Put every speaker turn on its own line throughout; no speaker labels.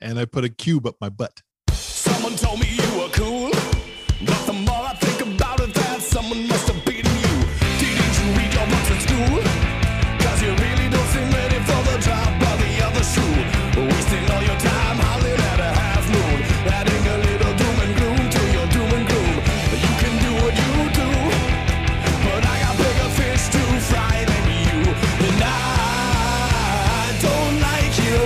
and I put a cube up my butt.
Someone told me you were cool. But the more I think about it, that someone must have beaten you. Didn't you read your books at school? Cause you really don't seem ready for the drop of the other shoe. Wasting all your time howling at a half moon. Adding a little doom and gloom to your doom and gloom. You can do what you do. But I got bigger fish to fry than you. And I don't like you.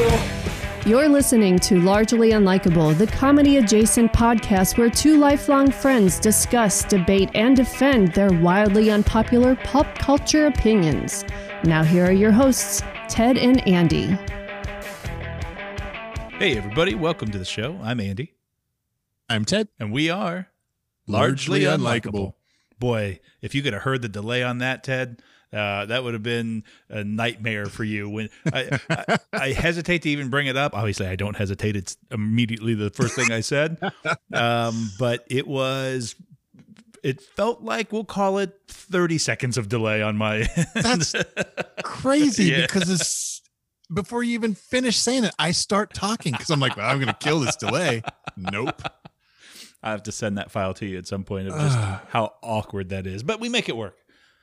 You're listening to Largely Unlikable, the comedy adjacent podcast where two lifelong friends discuss, debate, and defend their wildly unpopular pop culture opinions. Now, here are your hosts, Ted and Andy.
Hey, everybody, welcome to the show. I'm Andy,
I'm Ted.
and we are
Largely Unlikable.
Boy, if you could have heard the delay on that, Ted, uh, that would have been a nightmare for you. When I, I, I hesitate to even bring it up. Obviously, I don't hesitate. It's immediately the first thing I said. Um, but it was. It felt like we'll call it 30 seconds of delay on my
That's crazy
Yeah.
because it's before you even finish saying it, I start talking because I'm like, well, I'm going to kill this delay. Nope.
I have to send that file to you at some point of just how awkward that is. But we make it work.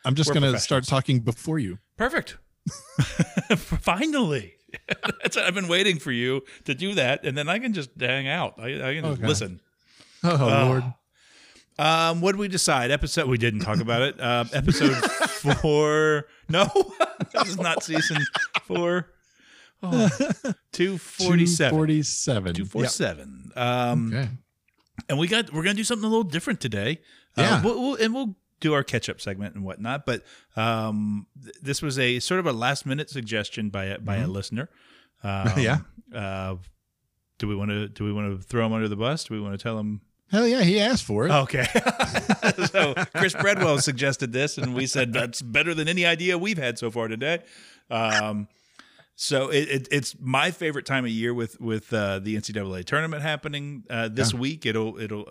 I'm just
We're
going to start talking before you.
Perfect. Finally. That's I've been waiting for you to do that, and then I can just hang out. I, I can just
Okay.
listen.
Oh,
Uh,
Lord.
Um, what did we decide? Episode we didn't talk about it. Um, episode four. No, this is not season four. Oh, two forty seven.
247.
Two forty seven. Um,
Yeah. Okay.
and we got we're gonna do something a little different today.
Yeah.
uh, we'll, we'll, and we'll do our catch up segment and whatnot. But um, th- this was a sort of a last minute suggestion by a, by a listener. Um,
Mm-hmm. Yeah.
Uh, do we want to do we want to throw him under the bus? Do we want to tell him?
Hell yeah. He asked for it.
Okay. so Chris Bredwell suggested this, and we said that's better than any idea we've had so far today. Um, so it, it, it's my favorite time of year with with uh, the NCAA tournament happening uh, this week. It'll it'll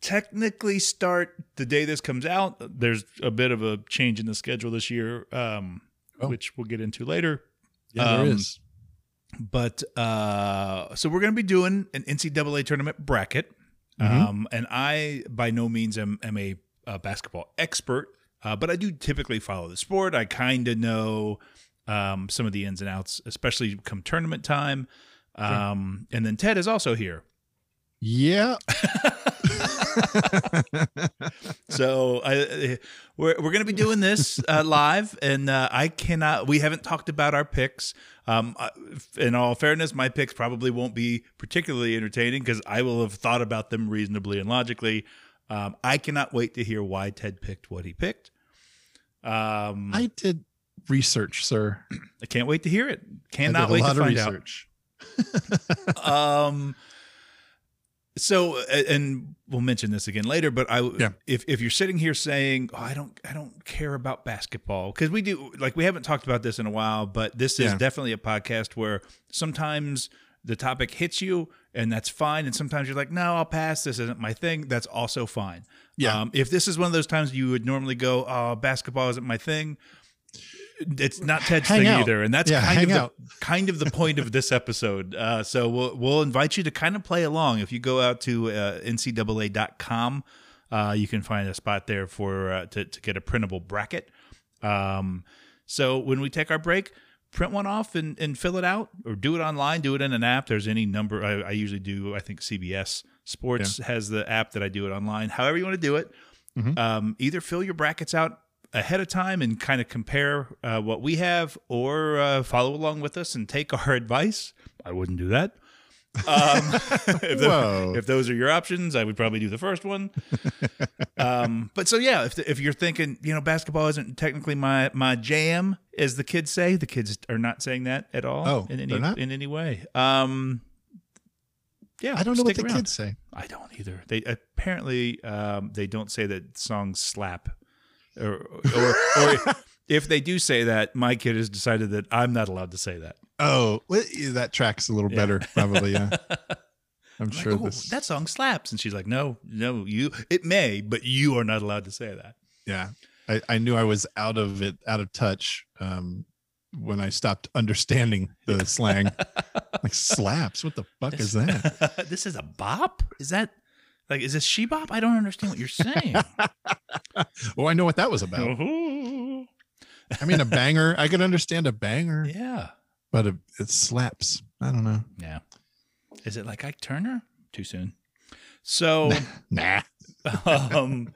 technically start the day this comes out. There's a bit of a change in the schedule this year, um,
Oh.
which we'll get into later.
yeah, there
um,
is.
But uh, so we're going to be doing an NCAA tournament bracket. Um, and I, by no means, am, am a, uh basketball expert, uh, but I do typically follow the sport. I kind of know um, some of the ins and outs, especially come tournament time. Um, And then Ted is also here.
Yeah.
So I, I- we're we're gonna be doing this uh, live, and uh, I cannot. We haven't talked about our picks. Um, I- in all fairness, my picks probably won't be particularly entertaining because I will have thought about them reasonably and logically. Um, I cannot wait to hear why Ted picked what he picked. Um, I,
I did research, sir.
can't wait to hear it.
I did
Cannot
a
wait
lot
to
of
find out.
research.
um so a- and we'll mention this again later but i
Yeah.
if if you're sitting here saying oh, i don't i don't care about basketball cuz we do like we haven't talked about this in a while but this is
Yeah.
definitely a podcast where sometimes the topic hits you and that's fine and sometimes you're like no i'll pass this isn't my thing that's also fine
Yeah.
um, if this is one of those times you would normally go oh basketball isn't my thing it's not Ted's
Hang
thing
out.
either, and that's
Yeah,
kind
hang
of the,
out.
kind of the point of this episode. Uh, so we'll we'll invite you to kind of play along. If you go out to uh, ncaa.com, uh, you can find a spot there for uh, to to get a printable bracket. Um, so when we take our break, print one off and, and fill it out, or do it online, do it in an app. There's any number. I, I usually do. I think CBS Sports has the app that I do it online. However you want to do it, um, either fill your brackets out ahead of time and kind of compare uh, what we have, or uh, follow along with us and take our advice. I wouldn't do that. Um, if, tho-
Whoa.
if those are your options, I would probably do the first one. Um, but so yeah, if if you're thinking, you know, basketball isn't technically my my jam, as the kids say, the kids are not saying that at all.
Oh,
in any
they're not?
in any way. Um, yeah,
I don't know what the
stick around.
kids say.
I don't either. They apparently um, they don't say that songs slap, or or, or if they do say that, my kid has decided that I'm not allowed to say that.
Oh, well, yeah, that tracks a little better, probably. Yeah. I'm
I'm
sure
like, "Oh,
this.
that song slaps, and she's like, "No, no, you it may, but you are not allowed to say that."
yeah. I, I knew I was out of it, out of touch um, when I stopped understanding the slang.
like slaps. What the fuck is that?
this is a bop? Is that like is this she bop? I don't understand what you're saying.
Oh, I know what that was about.
Ooh.
I mean, a banger. I could understand a banger,
yeah.
but it, it slaps. I don't know.
Yeah. Is it like Ike Turner? Too soon. So
Nah.
um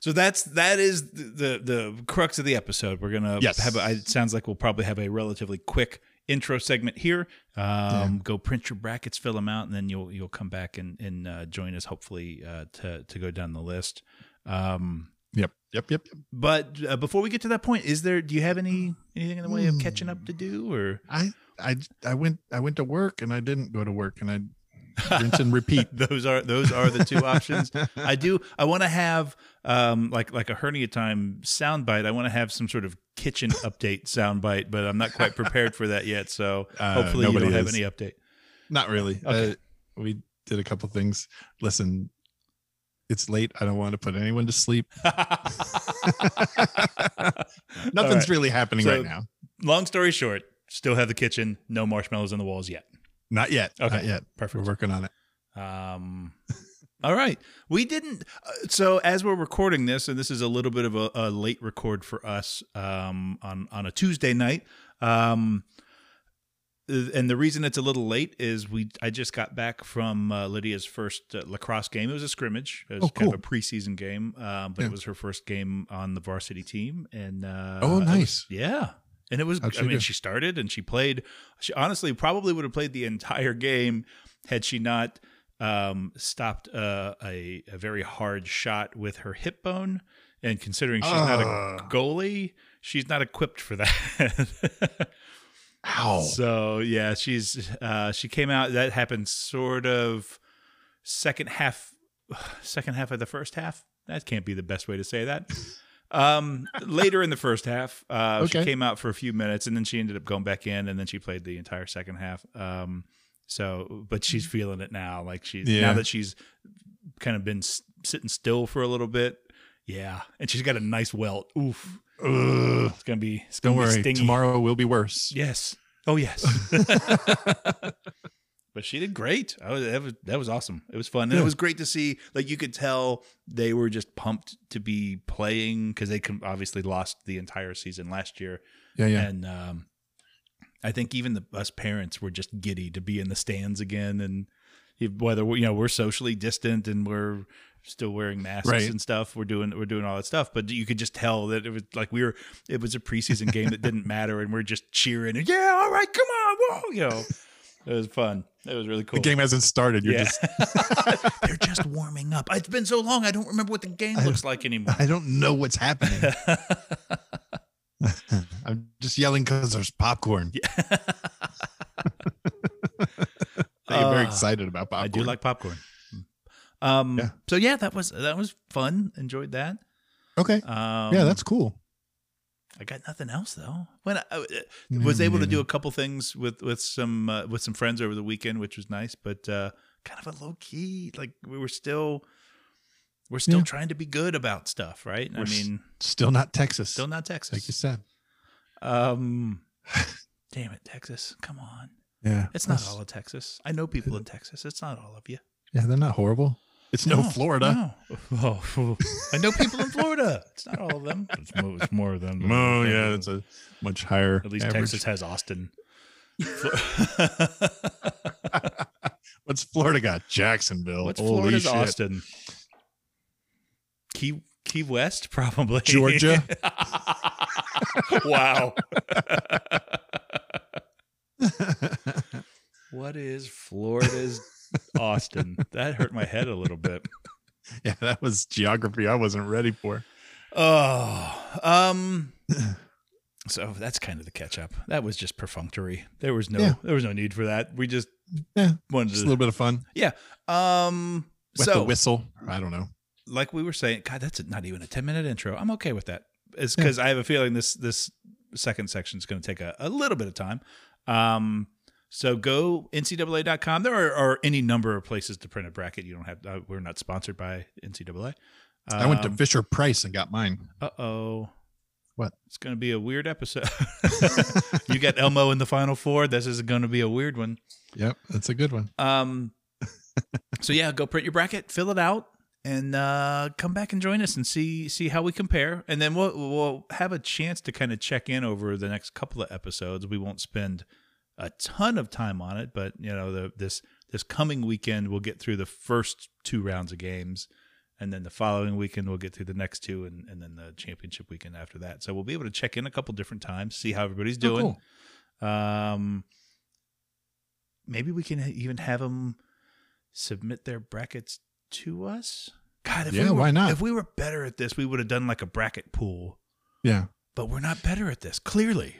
so that's that is the the, the crux of the episode we're gonna
Yes.
have a, it sounds like we'll probably have a relatively quick intro segment here um go print your brackets fill them out and then you'll you'll come back and and uh, join us hopefully uh to to go down the list um
Yep. Yep. Yep. yep.
but uh, before we get to that point is there do you have any anything in the
Hmm.
way of catching up to do or
I I I went I went to work and I didn't go to work and I rinse and repeat.
those are those are the two options. I do. I want to have um like like a hernia time soundbite. I want to have some sort of kitchen update soundbite, but I'm not quite prepared for that yet. So
Uh,
hopefully you
nobody
don't have
is.
any update.
Not really.
Okay.
Uh, we did a couple things. Listen, it's late. I don't want to put anyone to sleep.
All
Nothing's
right.
really happening
So-
right now.
Long story short, still have the kitchen. No marshmallows on the walls yet.
Not yet.
Okay.
Not yet.
Perfect.
We're working on it.
Um, all right. We didn't. Uh, so as we're recording this, and this is a little bit of a, a late record for us um, on on a Tuesday night. Um, uh, and the reason it's a little late is we I just got back from uh, Lydia's first uh, lacrosse game. It was a scrimmage. It was
Oh,
kind of a preseason game, um, but
Yeah.
it was her first game on the varsity team. And uh,
Oh,
it was-
nice.
yeah. And it was,
How'd
I
she
mean,
do?
she started and she played. She honestly probably would have played the entire game had she not um, stopped uh, a, a very hard shot with her hip bone. And considering she's not a
Ah.
goalie, she's not equipped for that.
Ow.
so, yeah, she's, uh, she came out. That happened sort of second half, second half of the first half. That can't be the best way to say that. Um, later in the first half, uh, she
Okay.
came out for a few minutes, and then she ended up going back in, and then she played the entire second half. Um, so, but she's feeling it now, like she now
Mm-hmm. Yeah.
that she's kind of been s- sitting still for a little bit. Yeah, and she's got a nice welt. Oof,
Ugh.
it's gonna be. It's
Don't
gonna
worry.
be stingy.
Tomorrow will be worse.
Yes. Oh yes. but she did great. I was, that was that was awesome. It was fun, and it
Yeah.
was great to see. Like you could tell they were just pumped to be playing because they com- obviously lost the entire season last year,
Yeah. Yeah.
and um, I think even the us parents were just giddy to be in the stands again, and if- whether we, you know we're socially distant and we're still wearing masks
Right.
and stuff we're doing we're doing all that stuff but you could just tell that it was like we were it was a preseason game that didn't matter and we're just cheering and yeah all right come on whoa you know it was fun it was really cool
The game hasn't started. You're
yeah.
just.
they're just warming up it's been so long i don't remember what the game looks like anymore
I don't know what's happening. I'm just yelling because there's popcorn. I'm very
Uh,
excited about popcorn.
I do like popcorn. Um,
Yeah.
So yeah, that was that was fun. Enjoyed that.
Okay.
Um,
yeah, that's cool.
I got nothing else though. When I, I uh, was able
Mm.
to do a couple things with with some uh, with some friends over the weekend, which was nice, but uh, kind of a low key. Like we were still we're still
Yeah.
trying to be good about stuff, right? I
We're s-
mean,
Still not Texas.
still not
like you
Texas.
said.
Um, damn it, Texas! Come on,
Yeah.
it's not
That's-
all of Texas. I know people in Texas. It's not all of you.
Yeah, they're not horrible. It's no, Florida.
no. Oh, I know people in Florida. It's not all of them. It's more, it's more of them. than-
No, yeah, that's a much higher.
At least
average.
Texas has Austin.
What's Florida got? Jacksonville.
What's
Holy
Florida's
shit.
Austin? Key Key West, probably
Georgia.
wow. what is Florida's Austin? That hurt my head a little bit.
Yeah, that was geography I wasn't ready for.
Oh, um. So that's kind of the catch up. That was just perfunctory. There was no,
Yeah.
there was no need for that. We just
Yeah,
wanted
just a
to,
little bit of fun
yeah. Um.
with the
so,
whistle. I don't know.
like we were saying, God, that's not even a ten minute intro. I'm okay with that. It's because I have a feeling this this second section is going to take a, a little bit of time. Um. So go ncaa.com. There are, are any number of places to print a bracket. You don't have. Uh, we're not sponsored by NCAA.
I went to
Um,
Fisher Price and got mine.
Uh oh.
What?
It's going to be a weird episode. you got Elmo in the final four. This is going to be a weird one.
Yep, that's a good one.
Um, so yeah, go print your bracket, fill it out, and uh, come back and join us and see see how we compare. And then we'll we'll have a chance to kind of check in over the next couple of episodes. We won't spend a ton of time on it, but you know the, this this coming weekend we'll get through the first two rounds of games. And then the following weekend, we'll get through the next two, and, and then the championship weekend after that. So we'll be able to check in a couple different times, see how everybody's
Oh,
doing.
cool.
Um, maybe we can even have them submit their brackets to us. God, if we
Yeah,
were,
why not?
If we were better at this, we would have done like a bracket pool.
Yeah.
But we're not better at this. Clearly,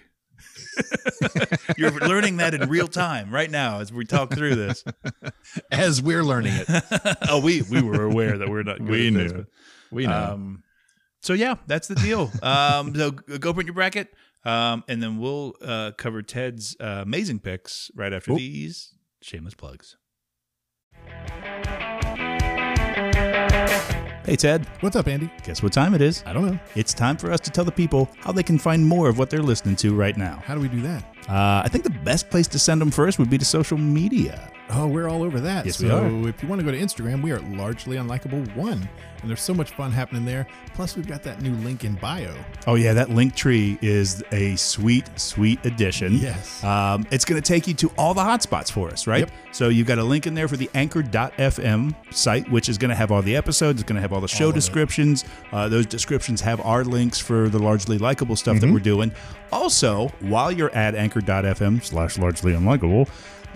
you're learning that in real time right now as we talk through this.
As we're learning it,
oh, we we were aware that we're not. Good
We
at this,
knew.
but-
we know.
um, so yeah, that's the deal. um, so g- go print your bracket, um, and then we'll uh, cover Ted's uh, amazing picks right after
Oop.
these shameless plugs. Hey Ted,
What's up, Andy?
guess what time it is?
I don't know.
It's time for us to tell the people how they can find more of what they're listening to right now.
How do we do that?
Uh, I think the best place to send them first would be to social media.
Oh, we're all over that.
Yes,
so
we are.
if you want to go to Instagram, we are largely unlikable one, and there's so much fun happening there. Plus, we've got that new link in bio.
Oh yeah, that link tree is a sweet, sweet addition.
Yes.
Um, it's going to take you to all the hotspots for us, right?
Yep.
So you've got a link in there for the anchor.fm site, which is going to have all the episodes. It's going to have all the show
All of it.
descriptions. Uh, those descriptions have our links for the largely likable stuff
Mm-hmm.
that we're doing. Also, while you're at anchor.fm slash largely unlikable,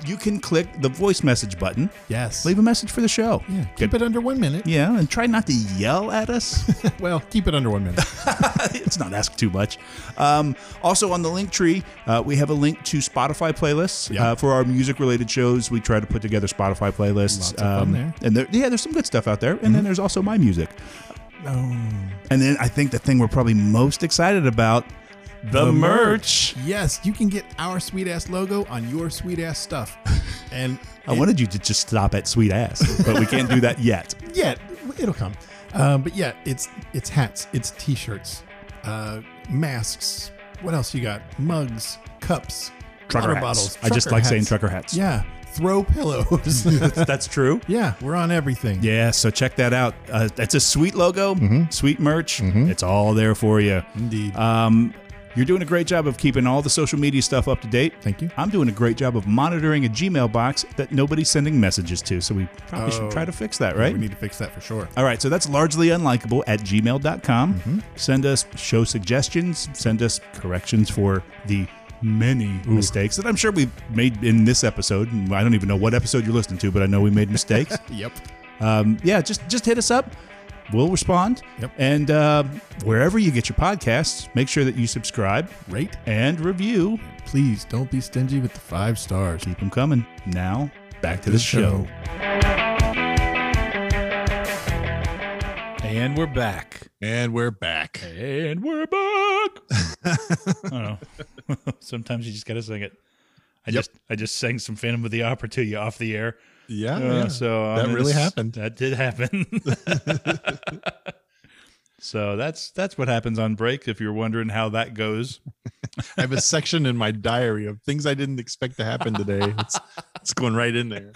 you can click the voice message button.
Yes.
Leave a message for the show.
yeah. Keep it under one minute.
Yeah, and try not to yell at us.
Well, keep it under one minute.
it's not asked too much. Um, also on the link tree, uh, we have a link to Spotify playlists
Yeah.
uh, for our music related shows. We try to put together Spotify
Lots
playlists. um,
of fun there. Mm-hmm.
And there, yeah, there's some good stuff out there. And then there's also my music.
Oh.
And then I think the thing we're probably most excited about the, merch.
Yes, you can get our sweet ass logo on your sweet ass stuff. And
I wanted you to just stop at sweet ass, but we can't do that yet.
yeah, it'll come. Um, but yeah, it's it's hats, it's t-shirts, uh, masks. What else you got? Mugs, cups,
Trucker
water
hats.
bottles.
I just
trucker
like saying
hats.
trucker hats.
Yeah, throw pillows.
That's true.
yeah, we're on everything.
Yeah, so check that out. Uh, that's a sweet logo,
Mm-hmm.
sweet merch. It's all there for you.
Indeed.
Um, you're doing a great job of keeping all the social media stuff up to date.
Thank you.
I'm doing a great job of monitoring a Gmail box that nobody's sending messages to. So we probably should
Oh.
try to fix that, right?
We need to fix that for sure.
all right, so that's largely unlikable at gmail.com.
Mm-hmm.
Send us show suggestions, send us corrections for the many mistakes that I'm sure we've made in this episode. I don't even know what episode you're listening to, but I know we made mistakes.
Yep.
um, yeah, just just hit us up. We'll respond.
Yep.
And uh, wherever you get your podcasts, make sure that you subscribe
Rate.
and review.
Please don't be stingy with the five stars.
Keep them coming. Now, back to the show. And we're back.
And we're back.
And we're back. I don't know. Oh. Sometimes you just gotta sing it. I just I just sang some Phantom of the Opera to you off the air.
Yeah.
Uh,
Oh, yeah.
So I
that
mean,
really
it's-
happened.
That did happen. so that's that's what happens on break. If you're wondering how that goes,
I have a section in my diary of things I didn't expect to happen today. It's, it's going right in there.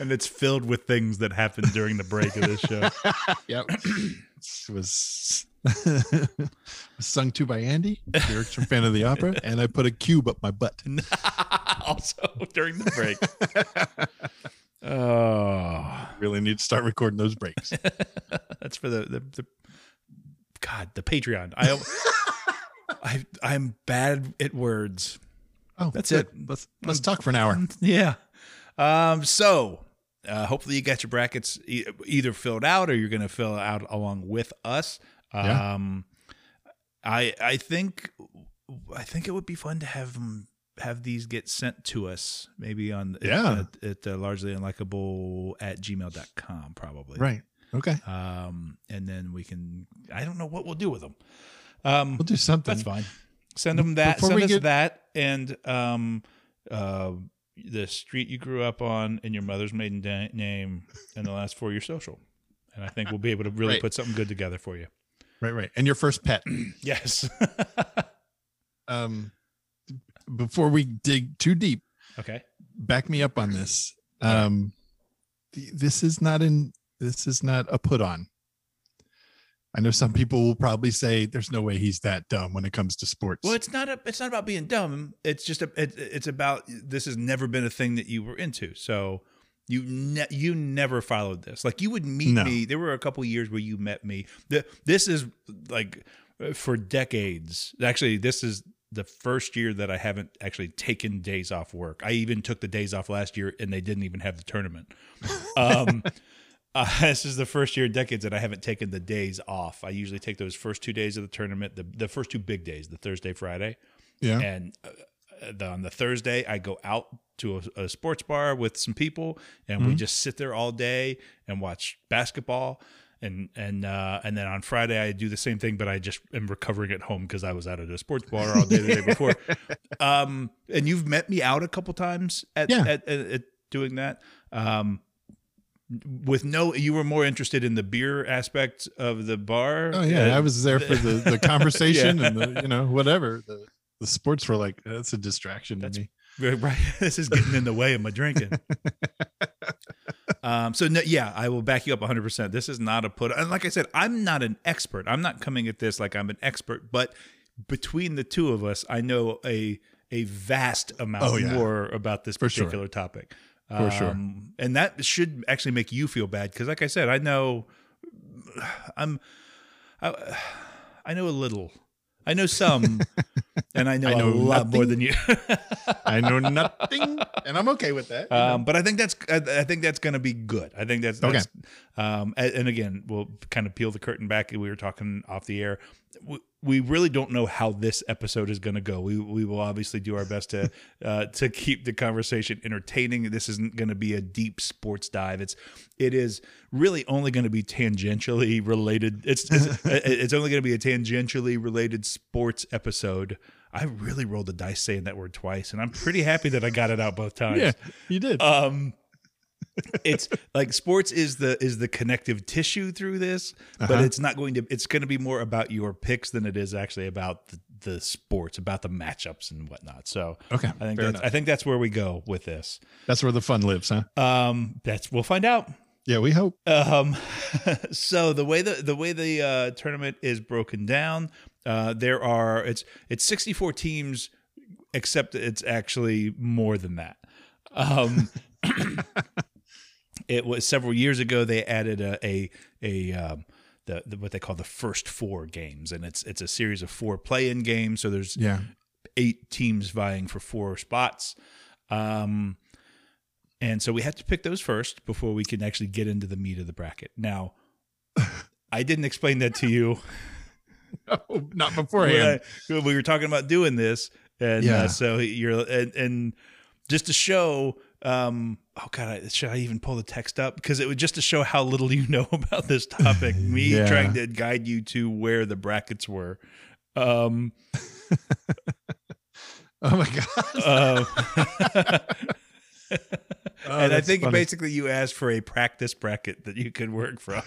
and it's filled with things that happen during the break of this show.
Yep. it was sung to by Andy, lyrics from Fan of the Opera, and I put a cube up my butt.
also during the break. oh,
Really need to start recording those breaks.
that's for the the, the God the Patreon. I. I, I'm bad at words.
Oh,
That's
good.
it.
Let's let's talk for an hour.
Yeah. Um, so uh, hopefully you got your brackets e- either filled out or you're going to fill out along with us.
Yeah.
Um, I I think I think it would be fun to have 'em- have these get sent to us maybe on
Yeah.
at, at uh, largely unlikable at gmail.com probably
Right. Okay.
um and then we can I don't know what we'll do with them um
We'll do something.
that's fine. Send them that.
Before
send
we
us
get-
that and um, uh, the street you grew up on and your mother's maiden da- name and the last four of your social. And I think we'll be able to really
Right.
put something good together for you.
Right, right. And your first pet.
Yes.
Um, before we dig too deep,
okay.
back me up on this. Um, th- this is not in. This is not a put on. I know some people will probably say there's no way he's that dumb when it comes to sports.
Well, it's not a, it's not about being dumb. It's just a, it, it's about this has never been a thing that you were into. So you ne- you never followed this. Like you would meet
No.
me. There were a couple years where you met me. The, this is like uh, for decades. Actually, this is the first year that I haven't actually taken days off work. I even took the days off last year, and they didn't even have the tournament. Um, uh, this is the first year in decades that I haven't taken the days off. I usually take those first two days of the tournament, the, the first two big days, the Thursday, Friday.
yeah.
And uh, uh, the, on the Thursday, I go out to a, a sports bar with some people and
Mm-hmm.
we just sit there all day and watch basketball. And and uh, and then on Friday I do the same thing, but I just am recovering at home because I was out at a sports bar all day the day before. Um, and you've met me out a couple times at
Yeah.
at, at, at doing that. Um, with no, you were more interested in the beer aspect of the bar. Uh,
Oh yeah, I
and-
was there for the, the conversation and the you know whatever. The, the sports were like that's a distraction
That's
to me.
Right, right. This is getting in the way of my drinking. um, so no, yeah, I will back you up 100. percent This is not a put. And like I said, I'm not an expert. I'm not coming at this like I'm an expert. But between the two of us, I know a a vast amount
Oh, yeah.
more about this
sure.
particular topic.
For sure.
Um, and that should actually make you feel bad because, like I said, I know I'm I, I know a little. I know some, and I know,
I know
a lot more than you.
I know nothing, and I'm okay with that.
Um, but I think that's I, I think that's going to be good. I think that's,
Okay.
that's um, a- and again, we'll kind of peel the curtain back. We were talking off the air. We, we really don't know how this episode is going to go. We we will obviously do our best to uh, to keep the conversation entertaining. This isn't going to be a deep sports dive. It's it is really only going to be tangentially related. It's it's, it's only going to be a tangentially related sports episode. I really rolled the dice saying that word twice, and I'm pretty happy that I got it out both times
yeah, you did.
um it's like sports is the is the connective tissue through this but
Uh-huh.
it's not going to it's going to be more about your picks than it is actually about the, the sports about the matchups and whatnot so
Okay,
i think
fair
that's, i think that's where we go with this
that's where the fun lives, huh?
um that's we'll find out
Yeah, we hope.
um, so the way the the way the uh, tournament is broken down, uh, there are it's it's sixty four teams, except it's actually more than that. Um, it was several years ago they added a a, a um, the, the what they call the first four games, and it's it's a series of four play in games. So there's
Yeah,
eight teams vying for four spots. Um, and so we have to pick those first before we can actually get into the meat of the bracket. Now, I didn't explain that to you
oh, not
when
beforehand.
I- when we were talking about doing this, and uh,
Yeah.
so you're and, and just to show. Um, oh God, I, should I even pull the text up? Because it would just to show how little you know about this topic. Me
Yeah.
trying to guide you to where the brackets were. Um,
oh my god.
uh,
Oh,
and I
that's
think
funny.
basically you asked for a practice bracket that you could work from.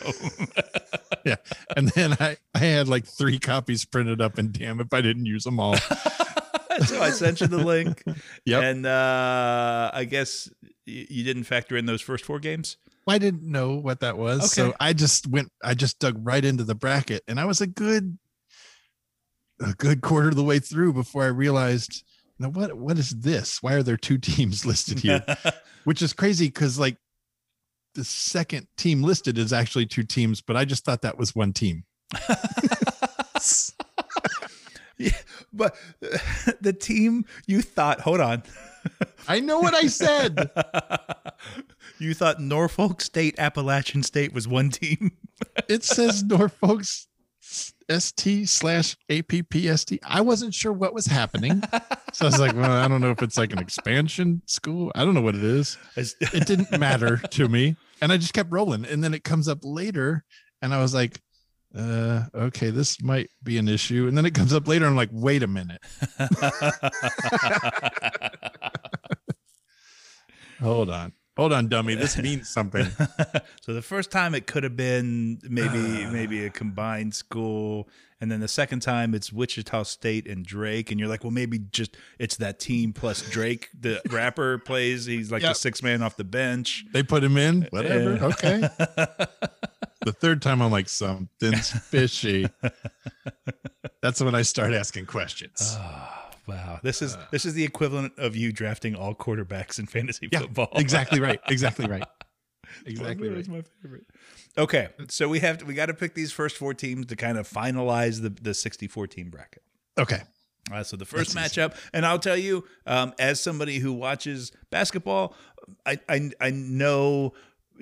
yeah, and then I I had like three copies printed up, and damn if I didn't use them all.
so I sent you the link.
Yep.
And uh, I guess y- you didn't factor in those first four games.
I didn't know what that was. So
Okay.
I just went, I just dug right into the bracket and I was a good, a good quarter of the way through before I realized, now what, what is this? Why are there two teams listed here? Which is crazy because like the second team listed is actually two teams, but I just thought that was one team.
but the team you thought, hold on,
I know what I said.
you thought Norfolk State, Appalachian State was one team.
it says Norfolk's st slash appst i wasn't sure what was happening so i was like well i don't know if it's like an expansion school i don't know what it is
It's-
it didn't matter to me and i just kept rolling and then it comes up later and i was like uh okay this might be an issue and then it comes up later and i'm like wait a minute hold on Hold on, dummy. This means something.
so the first time it could have been maybe
Ah.
maybe a combined school, and then the second time it's Wichita State and Drake, and you're like, well, maybe just it's that team plus Drake, the rapper plays. He's like the
Yep.
sixth man off the bench.
They put him in. Whatever. Okay. The third time, I'm like, something's fishy. That's when I start asking questions.
Ah, Wow, this
Ah.
is this is the equivalent of you drafting all quarterbacks in fantasy football.
Exactly right. Exactly right. Exactly
That
right.
was my favorite. Okay, so we have to, we got to pick these first four teams to kind of finalize the the 64 team bracket.
Okay.
Uh, so the first matchup, and I'll tell you, um, as somebody who watches basketball, I, I I know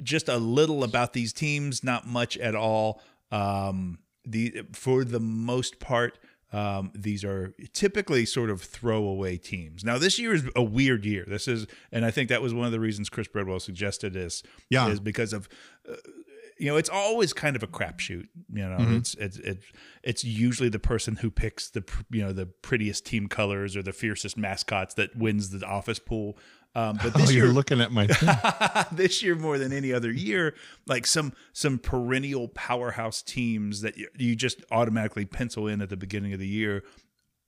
just a little about these teams, not much at all. Um, the for the most part, um, these are typically sort of throwaway teams. Now this year is a weird year. This is, and I think that was one of the reasons Chris Bradwell suggested this.
Yeah.
is because of you know, it's always kind of a crapshoot. You know,
Mm-hmm.
it's it's it's it's usually the person who picks the pr- you know the prettiest team colors or the fiercest mascots that wins the office pool. Um, but
Oh,
this
you're
year,
looking at my. thing.
this year more than any other year, like some some perennial powerhouse teams that you, you just automatically pencil in at the beginning of the year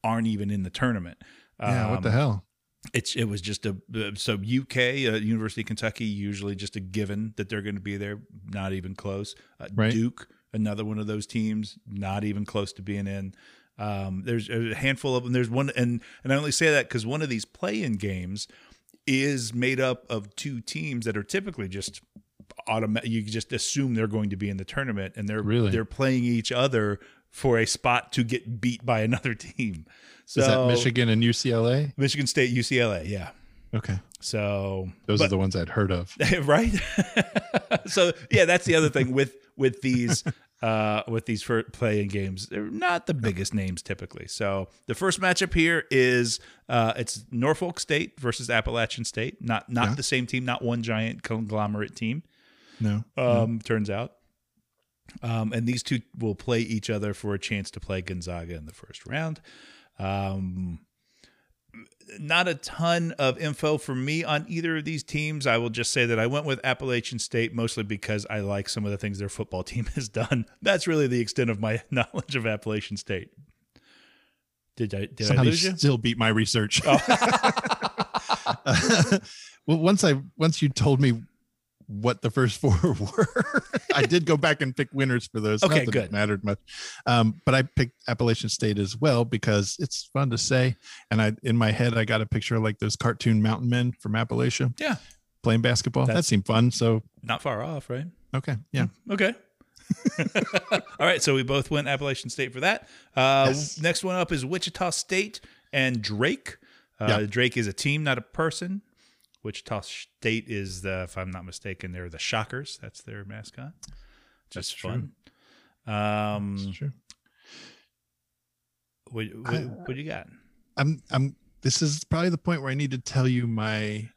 aren't even in the tournament.
Yeah.
Um,
What the hell?
it's it was just a uh, so UK uh, University of Kentucky usually just a given that they're going to be there, not even close. Uh,
Right.
Duke, another one of those teams, not even close to being in. Um, there's a handful of them. There's one, and and I only say that because one of these play-in games is made up of two teams that are typically just automatic. You just assume they're going to be in the tournament, and they're
Really?
they're playing each other for a spot to get beat by another team. So
Is that Michigan and UCLA?
Michigan State, UCLA, yeah.
Okay.
So
Those are the ones I'd heard of.
right. so yeah, that's the other thing with with these uh with these for playing games. They're not the biggest names typically. So the first matchup here is uh it's Norfolk State versus Appalachian State. Not not
Yeah.
the same team, not one giant conglomerate team.
No.
Um turns out. Um, and these two will play each other for a chance to play Gonzaga in the first round. Um, not a ton of info for me on either of these teams. I will just say that I went with Appalachian State mostly because I like some of the things their football team has done. That's really the extent of my knowledge of Appalachian State. Did I did I
Somehow you
lose you? Oh.
still beat my research. well, once I once you told me what the first four were, I did go back and pick winners for those.
Okay,
Not that it
good.
mattered much, um, but I picked Appalachian State as well because it's fun to say. And I in my head I got a picture of like those cartoon mountain men from Appalachia
Yeah,
playing basketball.
That's-
that seemed fun. So
not far off, right?
okay, yeah.
Okay. All right, so we both went Appalachian State for that. Uh,
Yes.
Next one up is Wichita State and Drake. Uh,
Yeah.
Drake is a team, not a person. Wichita State is the, if I'm not mistaken, they're the Shockers. That's their mascot. Just fun. Um,
Sure.
what, what,
I-
what do you got?
I'm I'm this is probably the point where I need to tell you my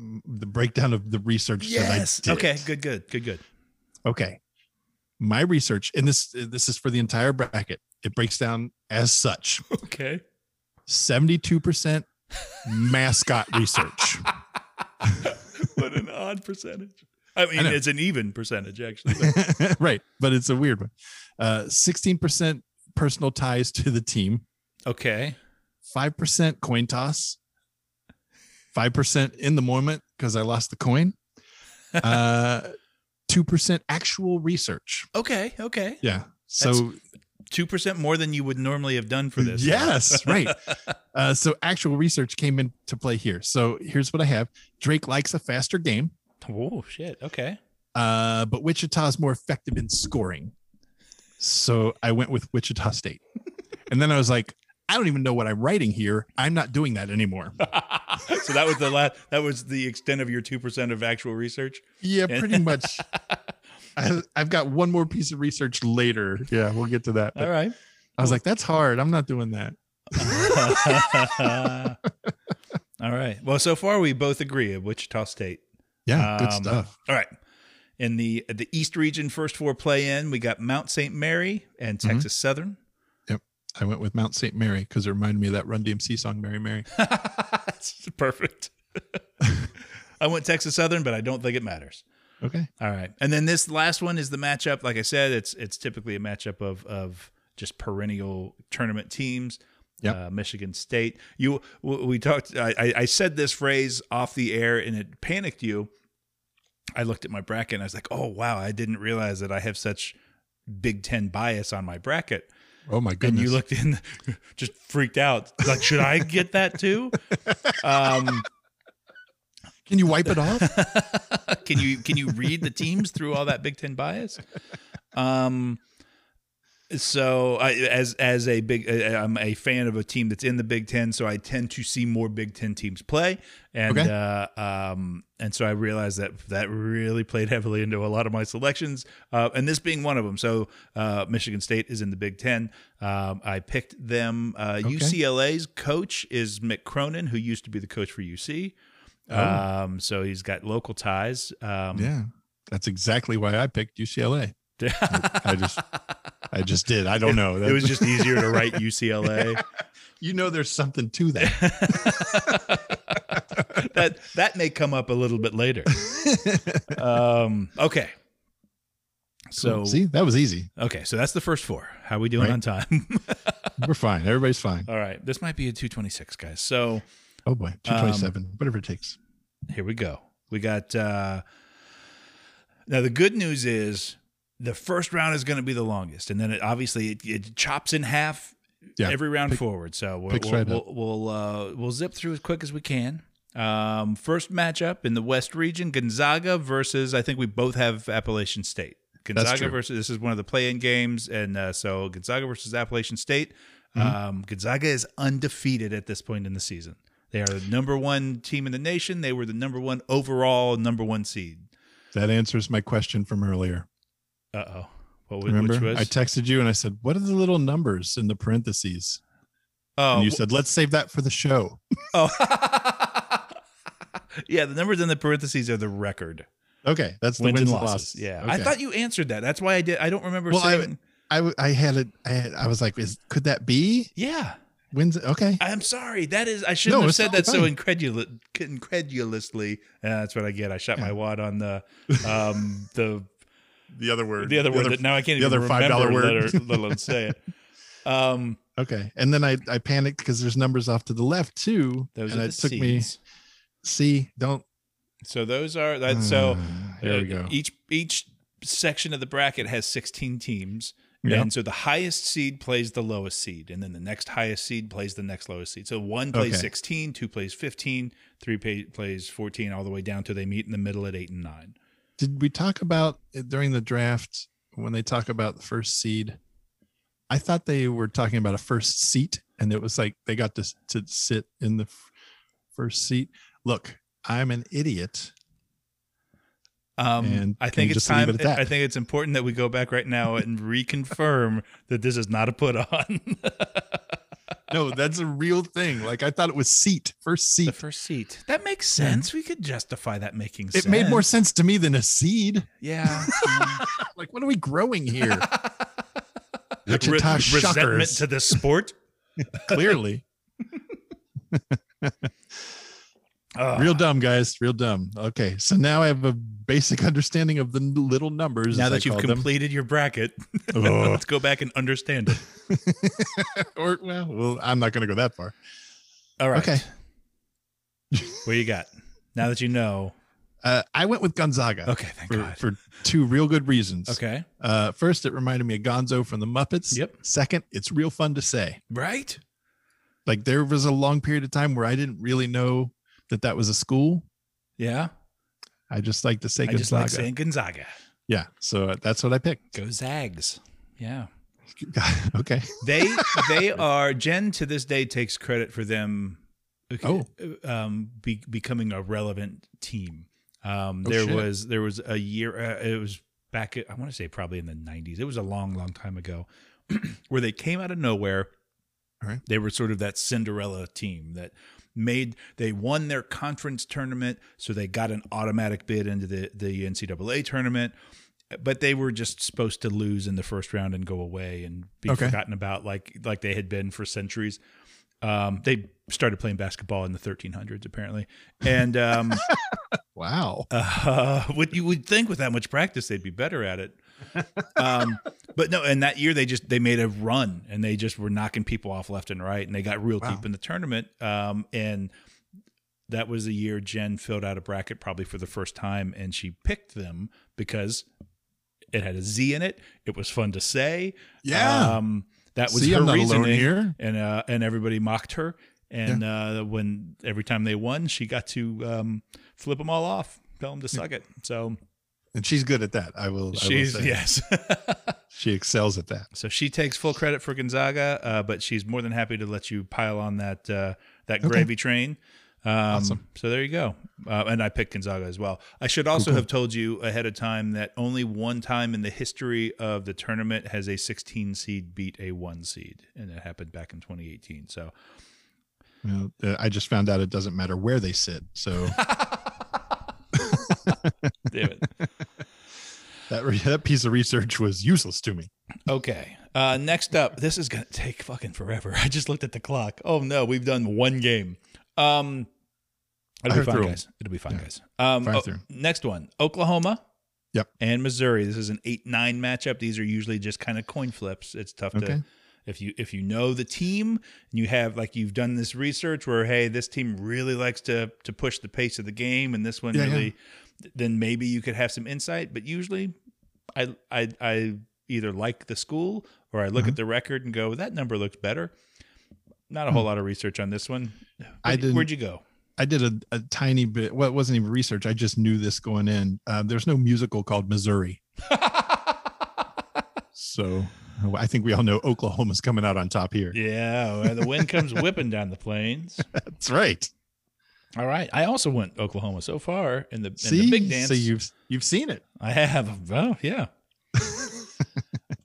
the breakdown of the research that I did.
Okay. Good. Good. Good. Good.
Okay. My research and this this is for the entire bracket. It breaks down as such.
Okay.
72% mascot research.
what an odd percentage. I mean,
know.
it's an even percentage actually.
right, but it's a weird one. Uh 16% personal ties to the team,
okay.
5% coin toss, 5% in the moment because I lost the coin. Uh 2% actual research.
Okay. Okay.
Yeah. So
two percent more than you would normally have done for this.
Yes, right. Uh, so actual research came into play here. So here's what I have: Drake likes a faster game,
Oh shit. Okay.
uh, but Wichita is more effective in scoring. So I went with Wichita State, and then I was like, I don't even know what I'm writing here. I'm not doing that anymore.
So that was the last. That was the extent of your two percent of actual research.
yeah, pretty much. I, I've got one more piece of research later. Yeah, we'll get to that. But
All right.
I was like, that's hard. I'm not doing that.
All right. Well, so far we both agree of Wichita State.
Yeah, good
Um,
stuff.
All right. In the the East Region first four play in, we got Mount St. Mary and Texas Southern.
I went with Mount St. Mary because it reminded me of that Run DMC song, Mary Mary.
That's perfect. I went Texas Southern, but I don't think it matters.
Okay.
All right. And then this last one is the matchup. Like I said, it's it's typically a matchup of of just perennial tournament teams.
Yep.
Uh, Michigan State. You w- we talked. I, I- I said this phrase off the air, and it panicked you. I looked at my bracket and I was like, "Oh wow, I didn't realize that I have such Big Ten bias on my bracket."
Oh my
and
goodness.
you looked in, just freaked out. Like, should I get that too? Um,
Can you wipe it off?
can you can you read the teams through all that Big Ten bias? Um, so I, as as a big, I- I'm a fan of a team that's in the Big Ten, so I tend to see more Big Ten teams play, and
Okay.
uh, um, and so I realized that that really played heavily into a lot of my selections, uh, and this being one of them. So uh, Michigan State is in the Big Ten. Um, I picked them. Uh, UCLA's coach is Mick Cronin, who used to be the coach for UC. Um, so he's got local ties. Um,
yeah. That's exactly why I picked UCLA. I just I just did. I don't know.
it was just easier to write UCLA.
you know there's something to that.
that that may come up a little bit later. Um, okay. So
See, that was easy.
okay, so that's the first four. How we doing
Right.
on time?
We're fine. Everybody's fine.
All right, this might be a two twenty six, guys. So
Oh boy.
Um,
227. whatever it takes.
here we go. We got uh, now. The good news is the first round is going to be the longest, and then it obviously it, it chops in half
Yeah.
every round forward. So we'll
picks
we'll,
right
we'll, we'll, uh, we'll zip through as quick as we can. Um, first matchup in the West region: Gonzaga versus. I think we both have Appalachian State. Gonzaga
true.
versus. This is one of the play-in games, and uh, so Gonzaga versus Appalachian State.
Mm-hmm.
Um, Gonzaga is undefeated at this point in the season. They are the number one team in the nation. They were the number one overall, number one seed.
That answers my question from earlier.
Uh oh. What was,
Remember?
which was?
I texted you and I said, "What are the little numbers in the parentheses?"
oh,
and you said, "Let's save that for the show."
oh. yeah. The numbers in the parentheses are the record.
Okay, that's the
wins,
wins,
and
losses.
losses. Yeah, I
Okay.
thought you answered that. That's why I did. I don't remember
Well, I
saying.
would- I, w- I had it. I, had, I was like, "Is could that be
yeah,
wins?" Okay,
I'm sorry. That is. I shouldn't
No,
have
it's
said
totally
that so
fine.
incredul- incredulously. Uh, that's what I get. I shot my wad on the um the
the other word.
the other word that now I can't
the other
even remember.
$5 word.
Let, her- let alone say it. Um,
Okay, and then I I panicked because there's numbers off to the left too,
those
and
are
it
the
took me.
seeds.
See, don't.
So those are that. So
Ah, there we
uh,
go.
Each each section of the bracket has 16 teams.
Yeah.
And so the highest seed plays the lowest seed, and then the next highest seed plays the next lowest seed. So one plays
Okay.
16, two plays 15, three pay, plays 14, all the way down to they meet in the middle at eight and nine.
Did we talk about it during the draft when they talk about the first seed? I thought they were talking about a first seat, and it was like they got to s- to sit in the f- first seat. Look, I'm an idiot.
Um,
And
I
can
think
you
it's
just leave
time.
it at that?
I think it's important that we go back right now and reconfirm that this is not a put on
No, that's a real thing. Like I thought it was seat, first seat.
the first seat. That makes sense. We could justify that making
it
sense.
made more sense to me than a seed.
Yeah. mm.
Like, what are we growing here?
Re-
Wichita
resentment
Shuckers,
to this sport.
clearly.
Ugh.
Real dumb, guys. Real dumb. Okay, so now I have a basic understanding of the n- little numbers.
now
as
that
I
you've
call them. Oh.
completed your bracket,
Ugh.
let's go back and understand it.
or well, well, I'm not going to go that far.
All right.
Okay.
What you got? Now that you know.
Uh, I went with Gonzaga.
Okay, thank
For,
God.
for two real good reasons.
Okay.
Uh, first, it reminded me of Gonzo from the Muppets.
Yep.
Second, it's real fun to say.
Right?
Like there was a long period of time where I didn't really know that that was a school.
Yeah.
I just like to say
I just like
Gonzaga.
saying Gonzaga.
yeah. So uh, that's what I picked.
Go Zags. Yeah.
okay.
They they are Jen to this day takes credit for them
Oh.
um be, becoming a relevant team. Um
Oh,
there
shit.
was there was a year uh, it was back I want to say probably in the 90s. It was a long long time ago where they came out of nowhere.
All right.
They were sort of that Cinderella team that made they won their conference tournament, so they got an automatic bid into the the NCAA tournament. But they were just supposed to lose in the first round and go away and be
Okay.
forgotten about, like like they had been for centuries. Um, they started playing basketball in the 1300s apparently, and um,
Wow.
Uh, what you would think with that much practice, they'd be better at it. Um, but no, and that year they just they made a run and they just were knocking people off left and right, and they got real
Wow.
deep in the tournament. Um, and that was the year Jen filled out a bracket probably for the first time, and she picked them because it had a Z in it. It was fun to say.
Yeah.
Um, that was
See,
her
I'm not alone
reasoning
here.
and uh, and everybody mocked her. And uh, when every time they won, she got to um, flip them all off, tell them to suck it. So
and she's good at that. I will.
she's
I will say.
yes.
She excels at that.
so she takes full credit for Gonzaga, uh, but she's more than happy to let you pile on that uh, that gravy train. Um,
Awesome.
So there you go. Uh, and I picked Gonzaga as well. I should also have told you ahead of time that only one time in the history of the tournament has a 16 seed beat a one seed, and it happened back in 2018. So
You know, uh, I just found out it doesn't matter where they sit. So
damn it.
that re- that piece of research was useless to me.
Okay. Uh, next up, this is gonna take fucking forever. I just looked at the clock. Oh no, we've done one game. Um, it'll
Fire
be fine,
through 'em.
guys. It'll be fine,
Yeah.
guys. Um,
Fire
oh,
through 'em.
next one, Oklahoma.
Yep.
And Missouri. This is an eight-nine matchup. These are usually just kind of coin flips. It's tough to
Okay.
if you if you know the team and you have like you've done this research where hey this team really likes to to push the pace of the game and this one
Yeah, yeah.
really then maybe you could have some insight. But usually, I I I either like the school or I look
Mm-hmm.
at the record and go that number looks better. Not a whole lot of research on this one.
Hmm. I
Where'd-
didn't-
Where'd you go?
I did a, a tiny bit. Well, it wasn't even research. I just knew this going in. Uh, there's no musical called Missouri. so uh, I think we all know Oklahoma's coming out on top here.
Yeah, well, the wind comes whipping down the plains.
That's right.
All right, I also went Oklahoma so far in the, in
See,
the big dance.
so you've you've seen it.
I have. Oh yeah.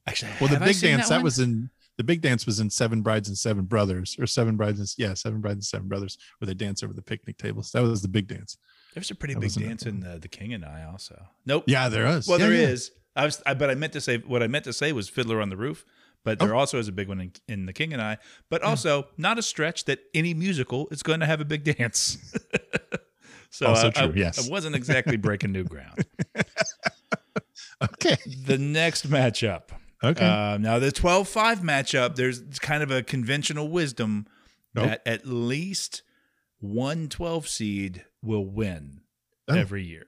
Actually,
Well, the
have I
big
seen
dance that,
one?
was in the big dance was in Seven Brides and Seven Brothers or Seven Brides and yeah Seven Brides and Seven Brothers where they dance over the picnic tables. That was the big dance.
There's a pretty
that
big
wasn't
dance
that
in the, the King and I also. Nope.
Yeah, there was.
Well,
Yeah,
there is.
yeah.
I was, I, but I meant to say what I meant to say was Fiddler on the Roof. But
Oh.
there also is a big one in, in The King and I. But also, not a stretch that any musical is going to have a big dance. so
Also
I,
true,
I-
yes.
I wasn't exactly breaking new ground.
Okay.
the next matchup.
Okay.
Um, now the 12-5 matchup, there's kind of a conventional wisdom
Nope.
that at least one 12 seed will win
Oh.
every year.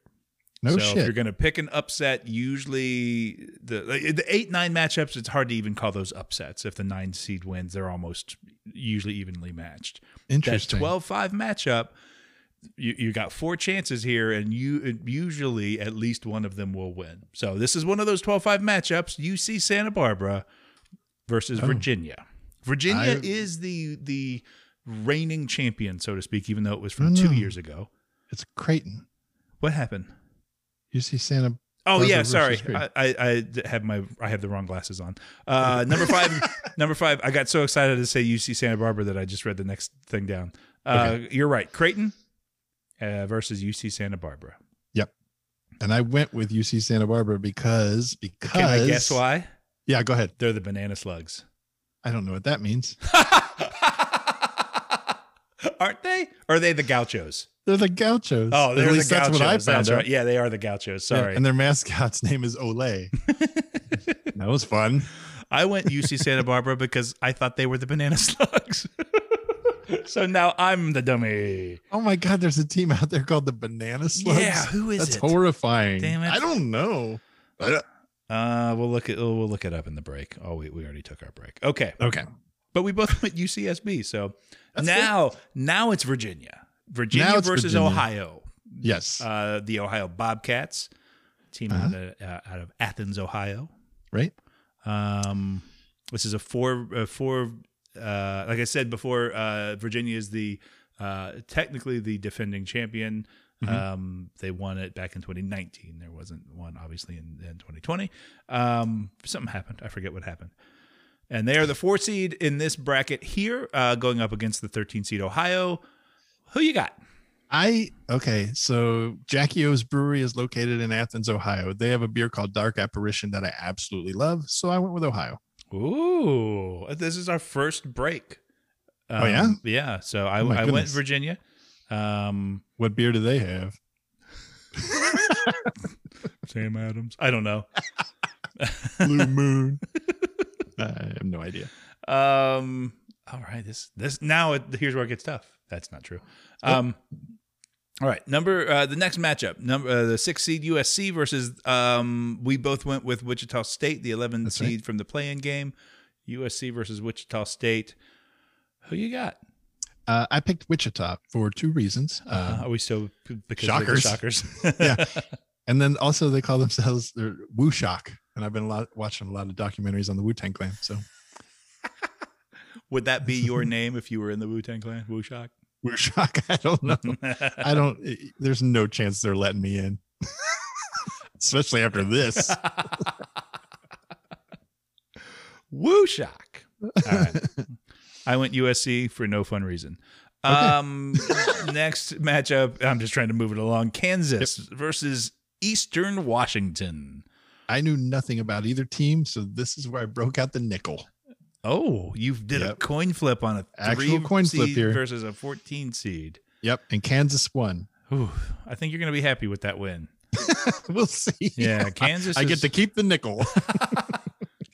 no
so if
shit.
you're going to pick an upset, usually the like, the eight nine matchups, it's hard to even call those upsets. If the nine seed wins, they're almost usually evenly matched. That
Interesting.
12-5 matchup, you, you got four chances here, and you it- usually at least one of them will win. So this is one of those 12-5 matchups. You see Santa Barbara versus Virginia. Virginia
Oh. I-
is the the reigning champion, so to speak, even though it was from two
No.
years ago.
It's Creighton.
What happened?
You see Santa.
Oh
Barber
yeah,
versus
sorry.
Creed.
I, I I d- have my I have the wrong glasses on. Uh, number five, number five. I got so excited to say UC Santa Barbara that I just read the next thing down. Uh, You're right, Creighton uh, versus UC Santa Barbara.
And I went with UC Santa Barbara because because.
Can I guess why?
Yeah, go ahead.
They're the banana slugs,
I don't know what that means.
aren't they? Or are they the Gauchos?
They're the Gauchos.
Oh,
At
they're
least
the
That's
Gauchos.
what I found
That's
out.
right. Yeah, they are the Gauchos.
Yeah,
Sorry.
And their mascot's name is Ole. that was fun.
I went UC Santa Barbara because I thought they were the banana slugs. so now I'm the dummy.
Oh my God, there's a team out there called the Banana Slugs.
Yeah, who is
That's
it?
horrifying.
Damn it.
I don't know. I don't-
Uh, we'll look it. We'll look it up in the break. Oh, wait, we already took our break. Okay,
Okay.
but we both went UCSB. So
That's
now, now it's Virginia, Virginia
Now it's
versus
Virginia.
Ohio.
Yes.
Uh, the Ohio Bobcats team
Uh-huh.
out, of, uh, out of Athens, Ohio.
right?
Um, this is a four, a four. Uh, like I said before, uh, Virginia is the uh, technically the defending champion. Um, they won it back in 2019. There wasn't one, obviously, in, in 2020. Um, something happened. I forget what happened. And they are the four seed in this bracket here, uh, going up against the 13 seed Ohio. Who you got?
I okay, so Jackie O's Brewery is located in Athens, Ohio. They have a beer called Dark Apparition that I absolutely love, so I went with Ohio.
Ooh, this is our first break. Um,
Oh, yeah?
yeah. So I,
my
I went
goodness.
Virginia. Um,
What beer do they have?
Sam Adams. I don't know.
Blue Moon. I have no idea.
Um. All right. This this now it, here's where it gets tough. That's not true. Um. All right. Number uh, the next matchup. Number uh, the six seed USC versus um. We both went with Wichita State, the 11
right.
seed from the play-in game. USC versus Wichita State. Who you got?
Uh, I picked Wichita for two reasons. Uh,
Uh, are we still because they're the
shockers.
Shockers.
Yeah. and then also they call themselves the Wu Shock. And I've been a lot, watching a lot of documentaries on the Wu Tang Clan. So
Would that be your name if you were in the Wu Tang Clan? Wu Shock.
Wu Shock, I don't know. I don't. There's no chance they're letting me in, especially after this.
Woo shock. All right. I went USC for no fun reason. Um, next matchup, I'm just trying to move it along. Kansas versus Eastern Washington.
I knew nothing about either team, so this is where I broke out the nickel.
Oh, you did a
Yep.
coin flip on a
Actual
three
coin flip
seed
here.
versus a 14 seed.
Yep, and Kansas won.
Whew, I think you're going to be happy with that win.
we'll see.
Yeah, Kansas.
I
is,
get to keep the nickel.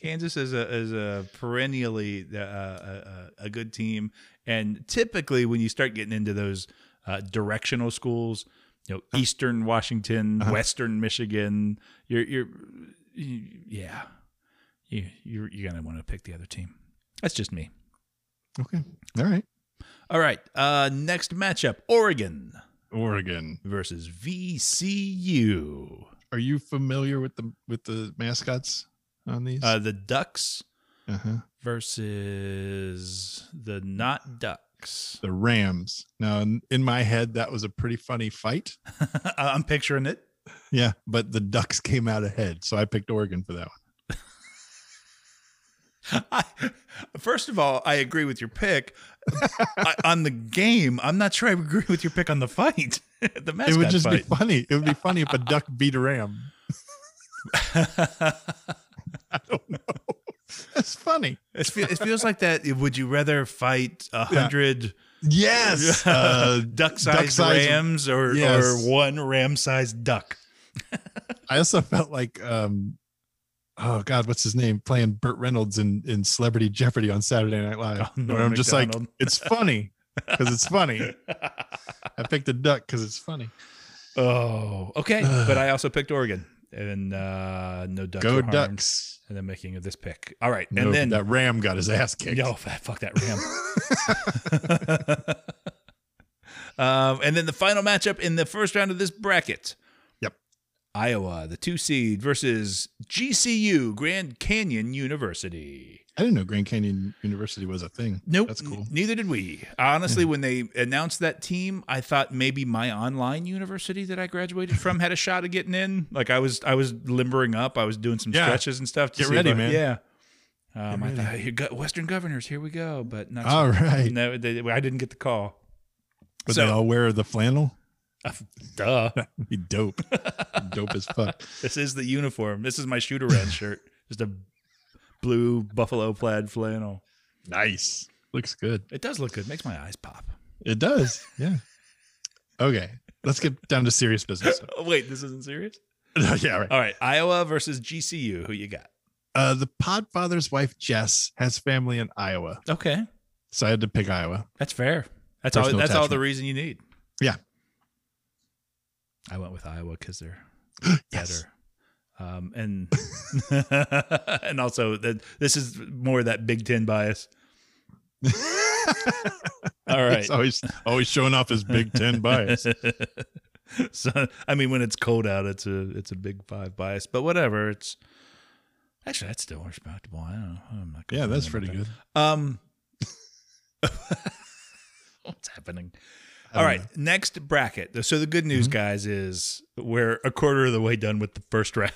Kansas is a is a perennially uh, a, a, a good team, and typically when you start getting into those uh, directional schools, you know, Eastern Washington, Western Michigan, you're you're you, yeah, you you're, you're gonna want to pick the other team. That's just me.
okay, all right.
All right, uh, next matchup: Oregon
Oregon.
versus VCU.
Are you familiar with the with the mascots on these?
Uh, the Ducks
uh-huh.
versus the not Ducks.
The Rams. Now, in, in my head, that was a pretty funny fight.
I'm picturing it.
Yeah, but the Ducks came out ahead, so I picked Oregon for that one.
I, first of all, I agree with your pick I, on the game. I'm not sure I agree with your pick on the fight, the mascot
it would just
fight.
be funny. It would be funny if a duck beat a ram. I don't know. That's funny.
It's fe- it feels like that. Would you rather fight a hundred
Yes. Uh,
duck-sized
duck-sized-
rams or,
yes.
or one ram-sized duck?
I also felt like, um, oh God, what's his name? Playing Burt Reynolds in, in Celebrity Jeopardy on Saturday Night Live.
Oh, Norm
where I'm just like,
Macdonald.
it's funny because it's funny. I picked a duck because it's funny.
Oh, okay. but I also picked Oregon, and uh, no ducks.
Go
were harmed
Ducks.
And the making of this pick. All right,
Nope,
and then
that ram got his ass kicked.
Yo, f- fuck that Ram. um, and then the final matchup in the first round of this bracket.
Yep.
Iowa, the two seed versus GCU, Grand Canyon University.
I didn't know Grand Canyon University was a thing.
Nope.
That's
n-
cool. Mm-hmm.
neither did we. Honestly, when they announced that team, I thought maybe my online university that I graduated from had a shot at getting in. Like I was, I was limbering up. I was doing some
Yeah.
stretches and stuff. To
Get
see if
ready,
I-
man.
Yeah. Um, I
ready.
thought you got Western Governors. Here we go, but not. so
All right.
no, they, I didn't get the call.
But
So-
they all wear the flannel.
Duh.
Be dope. dope as fuck.
this is the uniform. This is my shooter red shirt. Just a blue buffalo plaid flannel.
Nice. Looks good.
It does look good. Makes my eyes pop.
It does. Yeah. Okay. Let's get down to serious business.
Oh, wait, this isn't serious?
yeah, right.
All right. Iowa versus GCU. Who you got?
Uh, the Podfather's wife Jess has family in Iowa,
Okay.
so I had to pick Iowa.
That's fair. That's all
Personal
that's all the
attachment.
reason you need.
Yeah.
I went with Iowa because they're
Yes.
better. Um, and and also that this is more that Big Ten bias. All right.
It's always always showing off his Big Ten bias.
so I mean, when it's cold out, it's a it's a big five bias, but whatever. It's actually that's still respectable. I don't know. I'm not
Yeah, that's pretty
complaining
good.
about that. Um, what's happening?
I
All
don't Mm-hmm.
right, next bracket. So the good news, guys, is we're a quarter of the way done with the first round.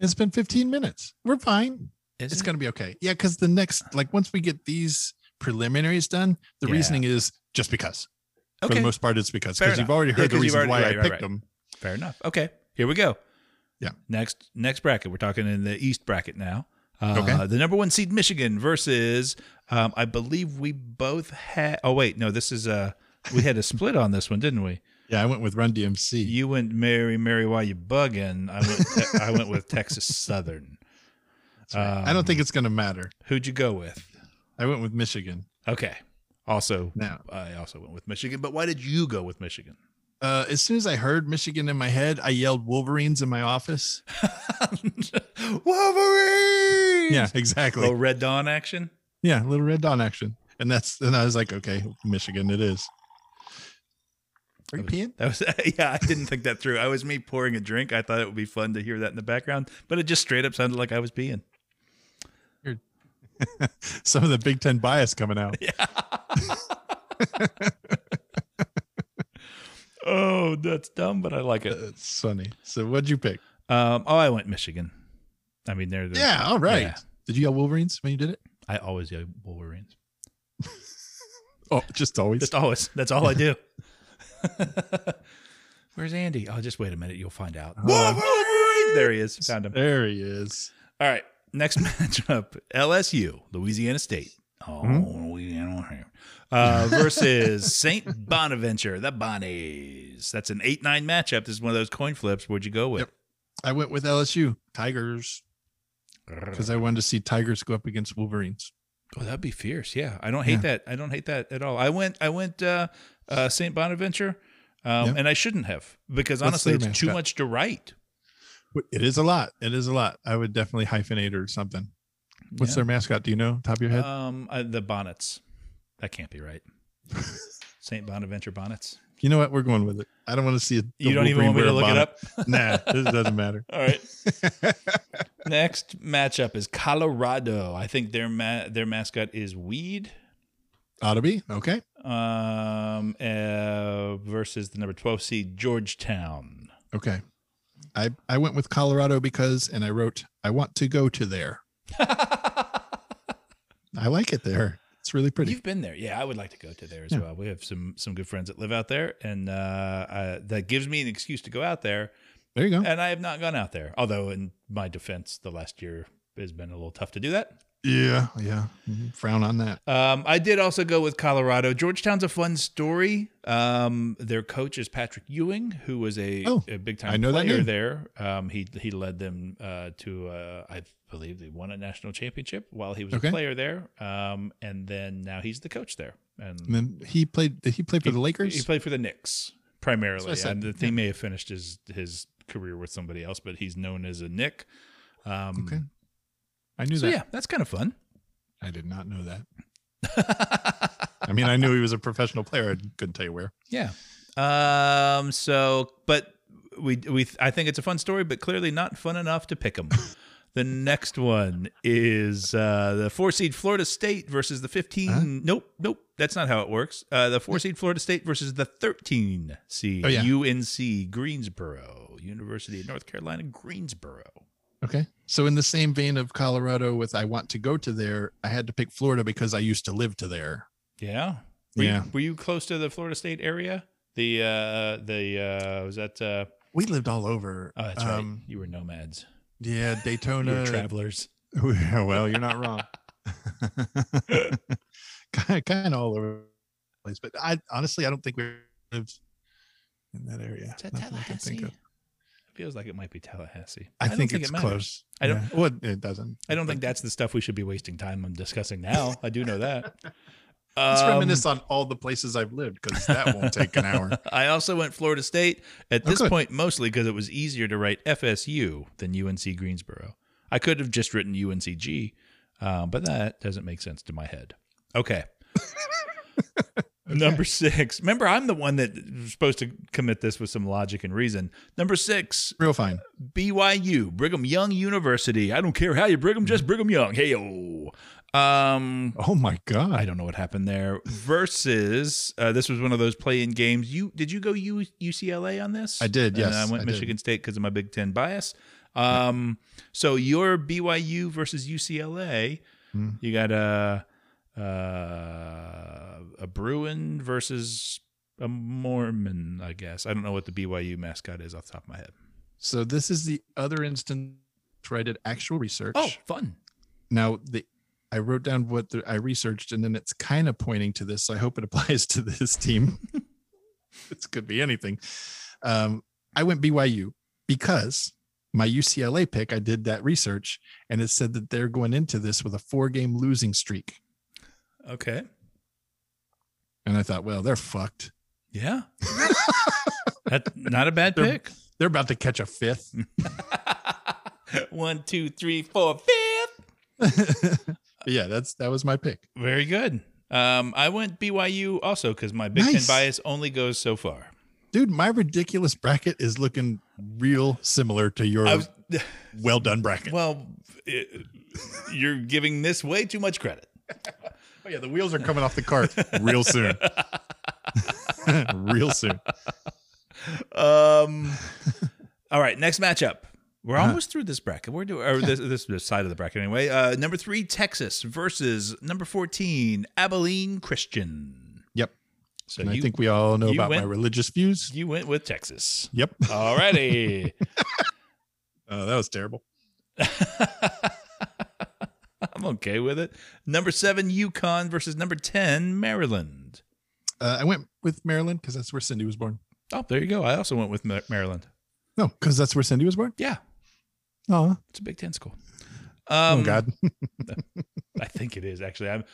It's been 15 minutes. We're fine.
Is
it's
it?
gonna be okay. Yeah, because the next, like, once we get these preliminaries done, the
Yeah.
reasoning is just because. For the most part, it's because
Fair
because you've
enough.
already
Yeah,
heard the
'cause you've
reasons
already-
why
right,
I
right,
picked
right.
them.
Fair enough. Okay, here we go.
Yeah.
Next next bracket. We're talking in the East bracket now. Uh,
Okay.
The number one seed Michigan versus um, I believe we both had. Oh wait, no. This is uh we had a split on this one, didn't we?
Yeah, I went with Run DMC.
You went Mary Mary while you bugging. I went te- I went with Texas Southern.
That's right. Uh, I don't think it's going to matter.
Who'd you go with?
I went with Michigan.
Okay. Also,
Now,
I also went with Michigan. But why did you go with Michigan?
uh, as soon as I heard Michigan in my head, I yelled Wolverines in my office.
Wolverine.
Yeah, exactly.
Little Oh, Red Dawn action.
Yeah, little red dawn action. And that's and I was like, okay, Michigan, it is. Are you peeing?
That was yeah. I didn't think that through. I was me pouring a drink. I thought it would be fun to hear that in the background, but it just straight up sounded like I was peeing.
Some of the Big Ten bias coming out.
Oh, that's dumb, but I like it.
It's funny. So what'd you pick?
Um, oh, I went Michigan. I mean, they're the,
Yeah, all right.
Yeah.
Did you yell Wolverines when you did it?
I always go Wolverines.
Oh, just always.
Just always. That's all I do. Where's Andy? Oh, just wait a minute. You'll find out. Wolverine! There he is. Found him.
there he is.
All right. Next matchup LSU, Louisiana State. Oh, Louisiana. Uh, versus St. Bonaventure, the Bonnies. That's an 8 9 matchup. This is one of those coin flips. Where'd you go with?
I went with LSU Tigers because I wanted to see Tigers go up against Wolverines.
Oh, that'd be fierce. Yeah, I don't hate
Yeah.
that. I don't hate that at all. I went. I went uh, uh, Saint Bonaventure, um,
Yeah.
and I shouldn't have because
That's
honestly,
their
it's too
mascot.
much to write.
But It is a lot. It is a lot. I would definitely hyphenate or something. What's
Yeah.
their mascot? Do you know? Top of your head?
Um, uh, the bonnets. That can't be right. Saint Bonaventure bonnets.
you know what? We're going with it. I don't want to see it.
You don't even want me to look it up.
nah, it doesn't matter.
All right. Next matchup is Colorado. I think their ma- their mascot is weed.
Ought to be. Okay.
Um, uh, versus the number twelve seed Georgetown.
Okay. I, I went with Colorado because, and I wrote, I want to go to there. I like it there. It's really pretty.
You've been there, yeah. I would like to go to there as
Yeah.
well. We have some some good friends that live out there, and uh, uh, that gives me an excuse to go out there.
there you go.
And I have not gone out there, although in my defense, the last year has been a little tough to do that.
Yeah. Yeah. Mhm. Frown on that.
Um, I did also go with Colorado. Georgetown's a fun story. Um, their coach is Patrick Ewing, who was a,
Oh,
a big time
I know that
player
name.
there. Um, he he led them uh, to uh, I believe they won a national championship while he was
Okay.
a player there. Um, and then now he's the coach there. And
And then he played, did he play for the Lakers?
He played for the Knicks primarily.
That's what I
and
said.
the thing may have finished his his career with somebody else, but he's known as a Nick. Um,
okay. I knew
So
that.
yeah, that's kind of fun.
I did not know that. I mean, I knew he was a professional player. I couldn't tell you where.
Yeah. Um. So, but we we I think it's a fun story, but clearly not fun enough to pick them. the next one is uh, the four seed Florida State versus the fifteen.
Uh-huh.
Nope, nope. That's not how it works. Uh, the four seed Florida State versus the thirteen seed
Oh, yeah.
UNC Greensboro University of North Carolina Greensboro.
Okay. So in the same vein of Colorado with I want to go to there, I had to pick Florida because I used to live to there.
Yeah. Were
Yeah.
You, were you close to the Florida State area? The uh, the uh, was that? Uh,
We lived all over.
oh, that's
Um,
right. You were nomads.
Yeah,
You were
Daytona.
travelers.
Yeah, well, you're not wrong. kind of all over the place, but I honestly I don't think we lived in that area.
Is that
Nothing I can
Tallahassee?
think of.
It feels like it might be Tallahassee.
I,
don't
think, it's
it matters.
close.
I don't-
Yeah. Well, it doesn't.
I don't think that's the stuff we should be wasting time on discussing now. I do know that.
Let's
Um,
reminisce on all the places I've lived because that won't take an hour.
I also went Florida State at
Oh,
this
good.
point mostly because it was easier to write FSU than UNC Greensboro. I could have just written UNCG, um, but that doesn't make sense to my head. Okay. Number six. Remember, I'm the one that was supposed to commit this with some logic and reason. Number six,
Real fine.
BYU, Brigham Young University. I don't care how you Brigham, just Brigham Young. Hey, oh. Um,
Oh my god.
I don't know what happened there. Versus, uh, this was one of those play-in games. You did you go U- UCLA on this?
I did,
And
yes,
I went
I did.
Michigan State because of my Big Ten bias. Um, so your BYU versus UCLA.
Hmm.
You got a uh, a Bruin versus a Mormon, I guess. I don't know what the BYU mascot is off the top of my head.
So this is the other instance where I did actual research.
Oh, fun.
now the I wrote down what the, I researched, and then it's kind of pointing to this. So I hope it applies to this team. this could be anything. Um, I went BYU because my UCLA pick, I did that research and it said that they're going into this with a four game losing streak.
Okay.
And I thought, well, they're fucked.
Yeah. That's not a bad
They're-
pick.
They're about to catch a fifth.
One, two, three, four, fifth.
But yeah, that's that was my pick.
Very good. Um, I went BYU also because my Big Ten
Nice.
bias only goes so far.
Dude, my ridiculous bracket is looking real similar to your
I was,
well done bracket.
well, it, you're giving this way too much credit.
oh yeah, the wheels are coming off the cart real soon. real soon.
Um, all right, next matchup. We're almost through this bracket. We're doing or this, this this side of the bracket anyway. Uh, number three, Texas versus number fourteen, Abilene Christian.
Yep.
So
and
you
I think we all know
you
about my
went-
religious views.
you went with Texas.
Yep.
Alrighty.
Oh, that was terrible.
I'm okay with it. Number seven, Yukon versus number ten, Maryland.
Uh, I went with Maryland because that's where Cindy was born.
Oh, there you go. I also went with Ma- Maryland.
No, because that's where Cindy was born.
Yeah,
Oh,
it's a Big Ten school.
oh
Um,
God.
I think it is actually. I'm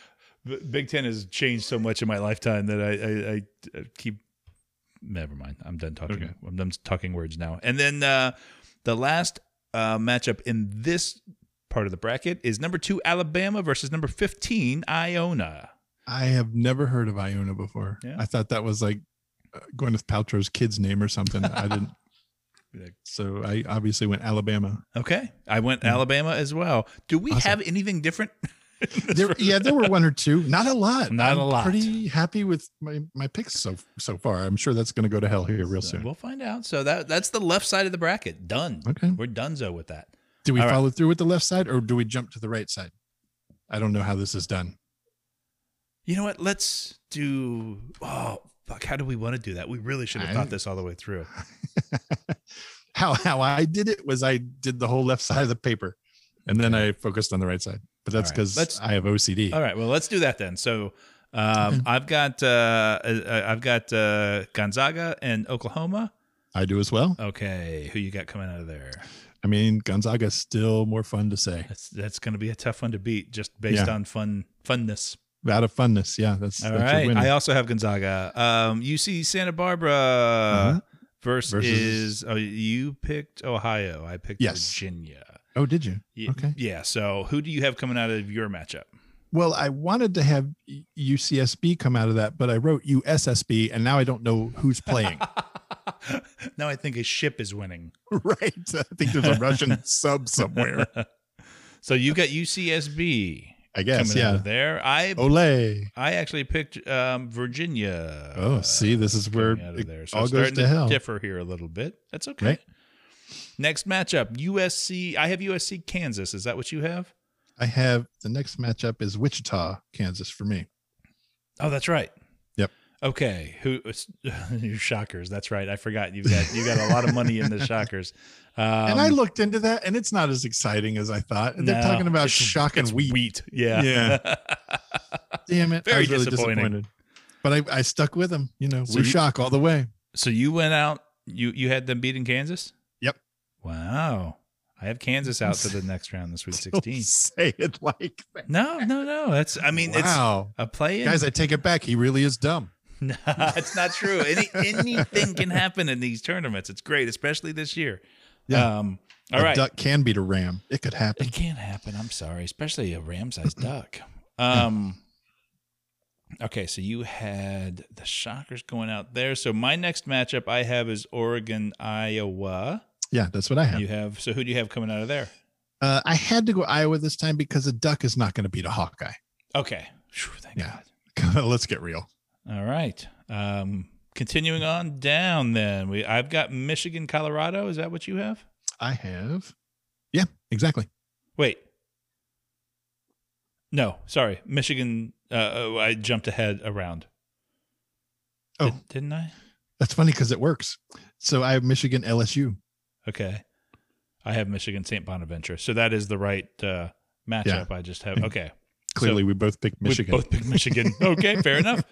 B- Big Ten has changed so much in my lifetime that I I, I, I keep. Never mind. I'm done talking.
Okay.
I'm done talking words now. And then uh, the last uh, matchup in this part of the bracket is number two Alabama versus number fifteen Iona.
I have never heard of Iona before.
Yeah.
I thought that was like uh, Gwyneth Paltrow's kid's name or something. I didn't.
Like-
So I obviously went Alabama.
Okay, I went Alabama as well. Do we have anything different?
There, yeah, there were one or two, not a lot.
Not a
I'm
lot.
Pretty happy with my my picks so so far. I'm sure that's going to go to hell here real soon.
We'll find out. So that that's the left side of the bracket. Done.
Okay.
We're donezo with that.
Do we
all right.
follow through with the left side or do we jump to the right side? I don't know how this is done.
You know what? Let's do. Oh, fuck. How do we want to do that? We really should have
I-
thought this all the way through.
how how I did it was I did the whole left side of the paper, and then I focused on the right side. But that's
All right,
because
let's-
I have OCD.
All right. Well, let's do that then. So um, I've got uh, uh, I've got uh, Gonzaga and Oklahoma.
I do as well.
Okay, who you got coming out of there?
I mean, Gonzaga's still more fun to say.
That's that's going to be a tough one to beat, just based
Yeah.
on fun funness.
Out of funness, yeah. That's,
All
that's your
right.
winner.
I also have Gonzaga. Um, UC Santa Barbara
Uh-huh.
versus,
Versus-
Oh, you picked Ohio. I picked
Yes.
Virginia.
oh, did you?
Ye-
Okay.
Yeah. So who do you have coming out of your matchup?
Well, I wanted to have U- UCSB come out of that, but I wrote USSB, and now I don't know who's playing.
now I think a ship is winning.
right? I think there's a Russian sub somewhere.
So you got UCSB
I guess.
coming out
Yeah. Oh.
of there. I
Ole.
I actually picked um, Virginia.
Oh, see, this is where
Uh, coming out of there.
it
So
all
it's
goes
starting
to hell.
differ here a little bit. That's okay.
Right.
Next matchup, USC. I have USC Kansas. Is that what you have?
I have the next matchup is Wichita, Kansas for me.
Oh, that's right.
Yep.
Okay. Who your shockers? That's right. I forgot you've got you got a lot of money in the shockers. Um,
and I looked into that, and it's not as exciting as I thought. And they're
no,
talking about
it's-
shock and
it's
wheat.
Yeah.
Yeah. Damn it!
Very
I was really
disappointing.
disappointed. But I, I stuck with them. You know,
So
we
you-
shock all the way.
so you went out. You you had them beating Kansas.
Yep.
Wow. I have Kansas out to the next round, the Sweet
Don't
Sixteen.
say it like that.
No, no, no. That's. I mean, it's
wow,
a play. in-
guys, I take it back. He really is dumb.
No, it's not true. Any, anything can happen in these tournaments. It's great, especially this year.
Yeah.
Um, all
a
right.
duck can beat a ram. It could happen.
It can't happen. I'm sorry, especially a ram-sized duck. Um. Okay, so you had the Shockers going out there. So my next matchup I have is Oregon, Iowa.
Yeah, that's what I have.
You have so who do you have coming out of there?
Uh, I had to go Iowa this time because a duck is not going to beat a Hawkeye.
Okay, Phew, thank
Yeah. Let's get real.
God. All right. Um, continuing on down, then we I've got Michigan, Colorado. Is that what you have?
I have. Yeah, exactly.
Wait. No, sorry. Michigan. Uh, oh, I jumped ahead around.
Oh.
Did, didn't I?
That's funny because it works. So I have Michigan LSU.
Okay. I have Michigan St. Bonaventure. So that is the right uh, matchup. I just have.
Yeah.
Okay.
Clearly, we both picked Michigan.
We both picked Michigan. okay, fair enough.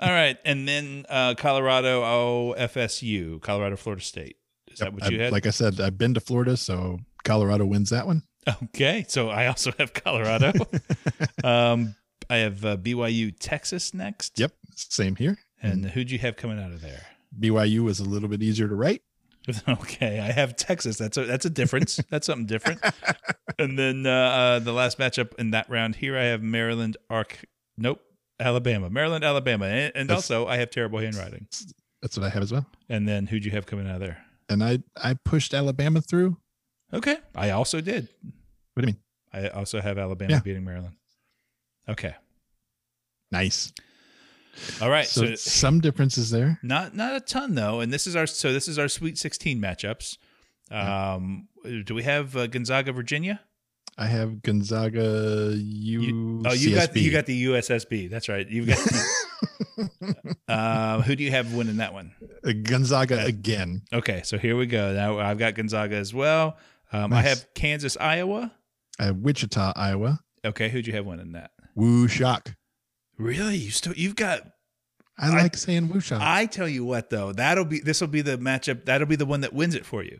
All right, and then uh, Colorado, oh FSU, Colorado, Florida State. Is that what
I-
you had?
Like I said, I've been to Florida, so Colorado wins that one.
okay, so I also have Colorado. um, I have uh, BYU, Texas next.
Yep, same here.
And who'd you have coming out of there?
BYU was a little bit easier to write.
Okay, I have Texas. That's a that's a difference. that's something different. And then uh, uh, the last matchup in that round here, I have Maryland, Arc. Nope, Alabama, Maryland, Alabama, and, and
That's-
also I have terrible handwriting.
That's what I have as well.
And then who'd you have coming out of there?
And I I pushed Alabama through.
Okay, I also did.
What do you mean?
I also have Alabama
Yeah.
beating Maryland. Okay,
Nice.
all right.
so,
So,
some differences there.
not not a ton though. And this is our so this is our Sweet Sixteen matchups. Um, do we have uh, Gonzaga, Virginia?
I have Gonzaga U.
You- oh, you got you got the USSB. That's right. You've got. uh, who do you have winning that one?
Uh, Gonzaga again.
Okay, so here we go. Now I've got Gonzaga as well. Um, I
Nice.
have Kansas, Iowa.
I have Wichita, Iowa.
Okay, who'd you have winning that?
Woo shock.
Really? You still you've got
I,
I-
like saying woo shock.
I tell you what, though, that'll be this will be the matchup. That'll be the one that wins it for you.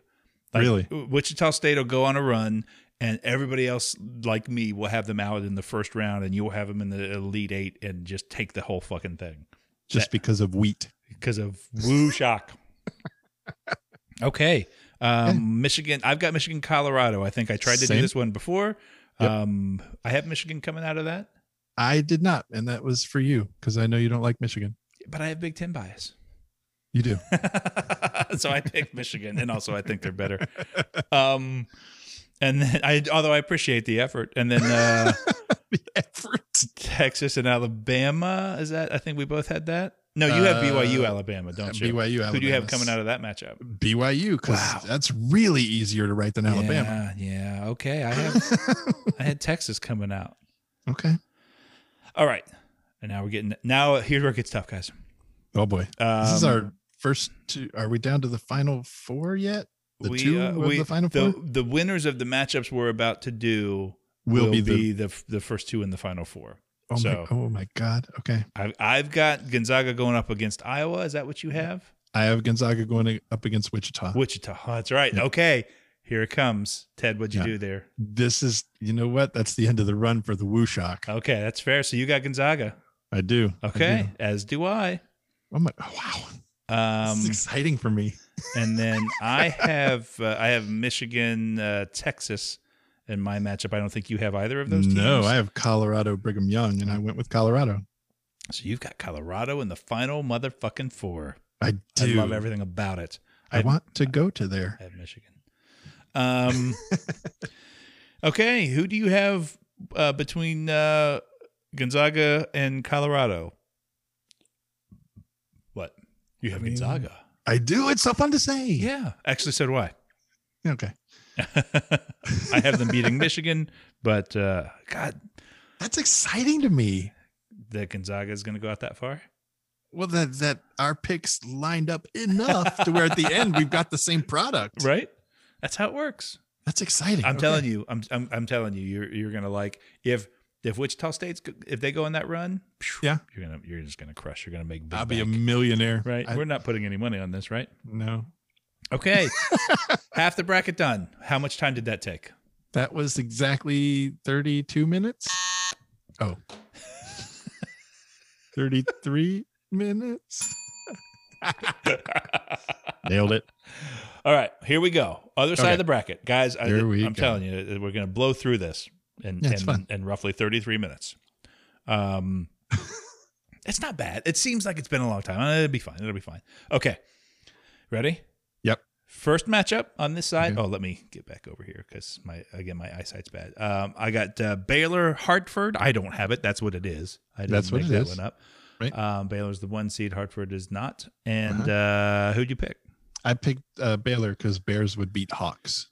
Really?
Wichita State will go on a run, and everybody else like me will have them out in the first round, and you'll have them in the elite eight, and just take the whole fucking thing
just because of wheat.
because of woo shock. okay, um, Michigan. I've got Michigan, Colorado. I think I tried to do
Same.
this one before.
Yep.
Um, I have Michigan coming out of that,
I did not, and that was for you because I know you don't like Michigan.
but I have Big Ten bias.
You do.
so I picked Michigan, and also I think they're better. Um, and then I, although I appreciate the effort, and then uh,
the effort.
Texas and Alabama is that? I think we both had that. No, you have BYU,
Uh,
Alabama, don't you?
BYU. Alabama.
Who do you have coming out of that matchup?
BYU? Because
Wow.
that's really easier to write than Alabama.
Yeah, yeah. Okay, I have I had Texas coming out.
okay.
All right, and now we're getting now here's where it gets tough, guys.
Oh boy.
Um,
this is our first two. Are we down to the final four yet? The two
uh,
of the final
the,
four
the winners of the matchups we're about to do
will, be, the.
the, the first two in the final four.
Oh,
so-
my, oh my God. Okay.
I've, I've got Gonzaga going up against Iowa. Is that what you have?
I have Gonzaga going up against Wichita.
Wichita. Oh, that's right. Okay. Here it comes. Ted, what'd you
Yeah.
do there?
this is, you know what? That's the end of the run for the Woo Shock.
Okay, that's fair. So you got Gonzaga.
I do. I
Uh, Okay,
do.
as do I.
Oh my, oh, wow.
Um,
this is exciting for me.
and then I have uh, I have Michigan, uh, Texas in my matchup. I don't think you have either of those teams.
No, I have Colorado Brigham Young, and I went with Colorado.
so you've got Colorado in the final motherfucking four.
I do.
I love everything about it.
I want to go to there.
I have Michigan. Um, okay, who do you have uh, between uh, Gonzaga and Colorado? What you have
I mean-
Gonzaga?
I do. It's so fun to say.
Yeah, actually, so do I.
Okay.
I have them beating Michigan, but uh, God,
That's exciting to me.
that Gonzaga is going to go out that far.
Well, that that our picks lined up enough to where at the end we've got the same product.
Right? That's how it works.
That's exciting.
I'm telling you. I'm, I'm I'm telling you. You're you're gonna like if if Wichita State's go- if they go on that run. phew,
Yeah.
You're gonna you're just gonna crush. You're gonna make. big
I'll be a
bank.
millionaire.
Right.
I-
We're not putting any money on this, right?
no.
Okay. Half the bracket done. How much time did that take?
That was exactly 32 minutes. Oh. 33 minutes. Nailed it.
All right, here we go. Other side
Okay.
of the bracket. Guys, I,
There we
I'm
go.
telling you, uh, we're going to blow through this in,
Yeah, it's
in,
fun.
in roughly 33 minutes. Um, it's not bad. It seems like it's been a long time. Uh, It'll be fine. It'll be fine. Okay. Ready?
Yep.
First matchup on this side.
Okay.
Oh, let me get back over here because my again my eyesight's bad. Um, I got uh, Baylor Hartford. I don't have it. That's what it is. I didn't
That's what
make
it
that
is.
one up.
Right. Uh-huh.
Um, Baylor's the one seed. Hartford is not. And uh who'd you pick?
I picked uh, Baylor because Bears would beat Hawks.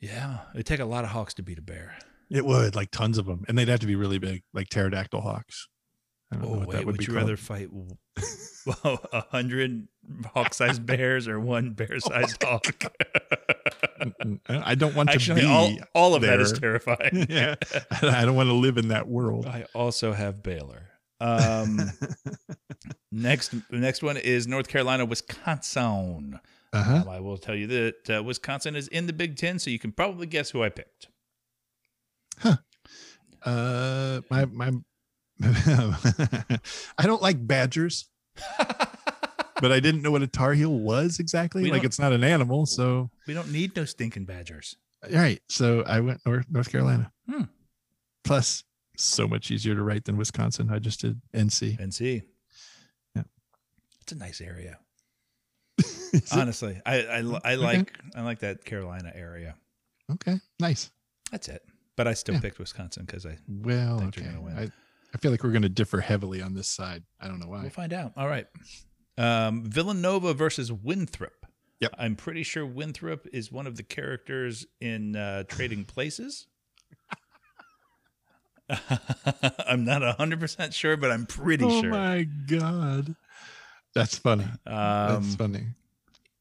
Yeah, it'd take a lot of hawks to beat a bear.
It would, like tons of them. And they'd have to be really big, like pterodactyl hawks. I don't know
Oh,
what
wait, would, you
called.
rather fight w-
Oh
well, a hundred hawk-sized bears or one bear-sized hawk?
I don't want to
Actually,
be
all, all of that is
there.
terrifying.
yeah, I don't want to live in that world.
I also have Baylor. Um, next, the next one is North Carolina, Wisconsin.
Uh huh.
Um, I will tell you that uh, Wisconsin is in the Big Ten, so you can probably guess who I picked.
Uh, my my, I don't like badgers, but I didn't know what a tar heel was exactly.
We
like
don't-
it's not an animal, so
We don't need no stinking Badgers.
all right. So I went North North Carolina.
Hmm.
Plus, so much easier to write than Wisconsin. I just did NC.
NC.
Yeah.
It's a nice area. Honestly, I I, li- I like I like that Carolina area.
Okay, nice.
That's it. But I still
Yeah.
picked Wisconsin because I
Well,
Think you're
okay.
gonna win.
I, I feel like we're going to differ heavily on this side. I don't know
we'll
why.
find out. All right. Um, Villanova versus Winthrop.
Yep.
I'm pretty sure Winthrop is one of the characters in uh, Trading Places. I'm not 100% sure, but I'm pretty
oh
sure.
my god, that's funny. that's
Um,
funny.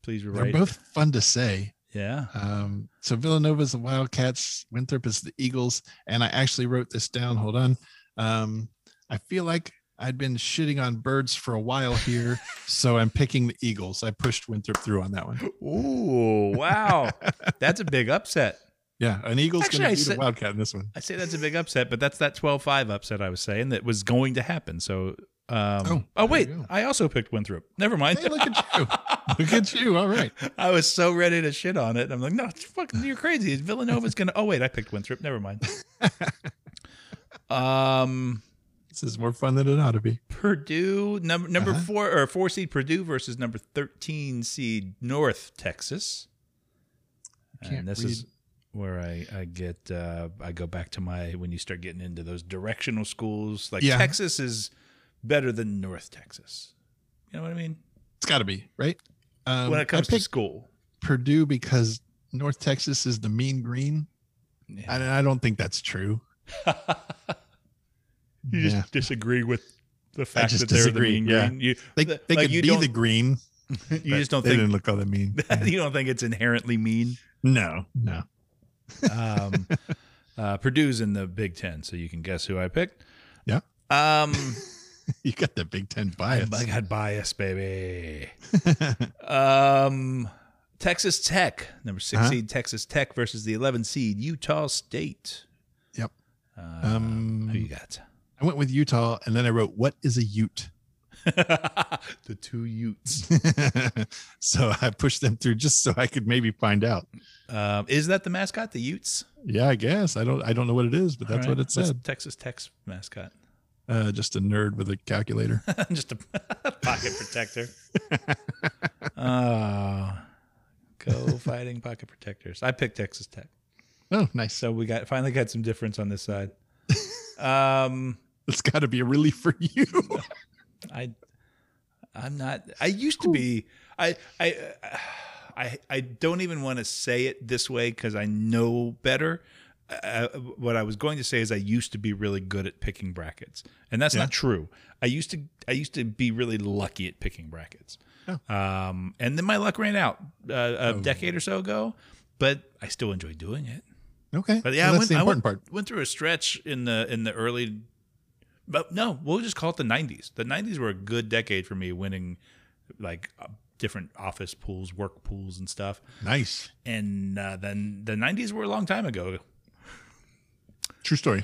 please
They're
rewrite.
both fun to say.
yeah.
Um, so Villanova's the Wildcats, Winthrop is the Eagles, and I actually wrote this down. Hold on. Um, I feel like I'd been shitting on birds for a while here, so I'm picking the Eagles. I pushed Winthrop through on that one.
Ooh, wow. That's a big upset.
Yeah, an Eagle's
Actually, I
gonna beat
said-
a Wildcat in this one.
I say that's a big upset, but that's that 12 5 upset I was saying that was going to happen. So, um, oh,
Oh, there
wait,
you go.
I also picked Winthrop. Never mind.
Hey, look at you. Look at you. All right.
I was so ready to shit on it. I'm like, no, it's fucking, you're crazy. Villanova's going to, oh, wait, I picked Winthrop. Never mind. um,
This is more fun than it ought to be.
Purdue, number, number
Uh-huh.
four, or four seed Purdue versus number 13 seed North Texas.
Can't
and this
read.
is where I, I get uh, I go back to my when you start getting into those directional schools like
Yeah.
Texas is better than North Texas. You know what I mean?
It's gotta be, right? Um,
when it comes
I picked
to school,
Purdue because North Texas is the mean green.
Yeah.
And I don't think that's true.
you just
Yeah.
disagree with the fact
just
that they're
disagree,
the mean
yeah.
green. You,
They,
th-
they
like,
could
you
be
don't,
the green.
you just don't
they didn't
think
look all that mean.
you don't think it's inherently mean.
no, no.
Um, uh, Purdue's in the Big Ten, so you can guess who I picked.
Yeah.
Um,
You got the Big Ten bias.
I got bias, baby. um, Texas Tech, number 6
Uh-huh.
seed Texas Tech versus the 11 seed Utah State.
Yep.
Uh,
Um,
who you got?
I went with Utah, and then I wrote, "What is a Ute?"
the two Utes.
so I pushed them through just so I could maybe find out.
um, is that the mascot, the Utes?
Yeah, I guess I don't. I don't know what it is, but that's
All right.
what it
What's
said.
Texas Tech's mascot.
Uh, just a nerd with a calculator.
Just a pocket protector. oh, go fighting pocket protectors. I picked Texas Tech.
oh, nice.
So we got finally got some difference on this side. Um,
It's got to be a relief for you.
I I'm not I used to be I I uh, I I don't even want to say it this way cuz I know better. Uh, what I was going to say is I used to be really good at picking brackets. And that's not true. I used to I used to be really lucky at picking brackets. Um and then my luck ran out uh, a decade or so ago, but I still enjoy doing it.
okay,
But yeah,
Well,
I,
that's
went,
the
I
important
went,
part.
went through a stretch in the in the early, but no, we'll just call it the '90s. The '90s were a good decade for me, winning like uh, different office pools, work pools, and stuff.
Nice,
And uh, then the '90s were a long time ago.
true story.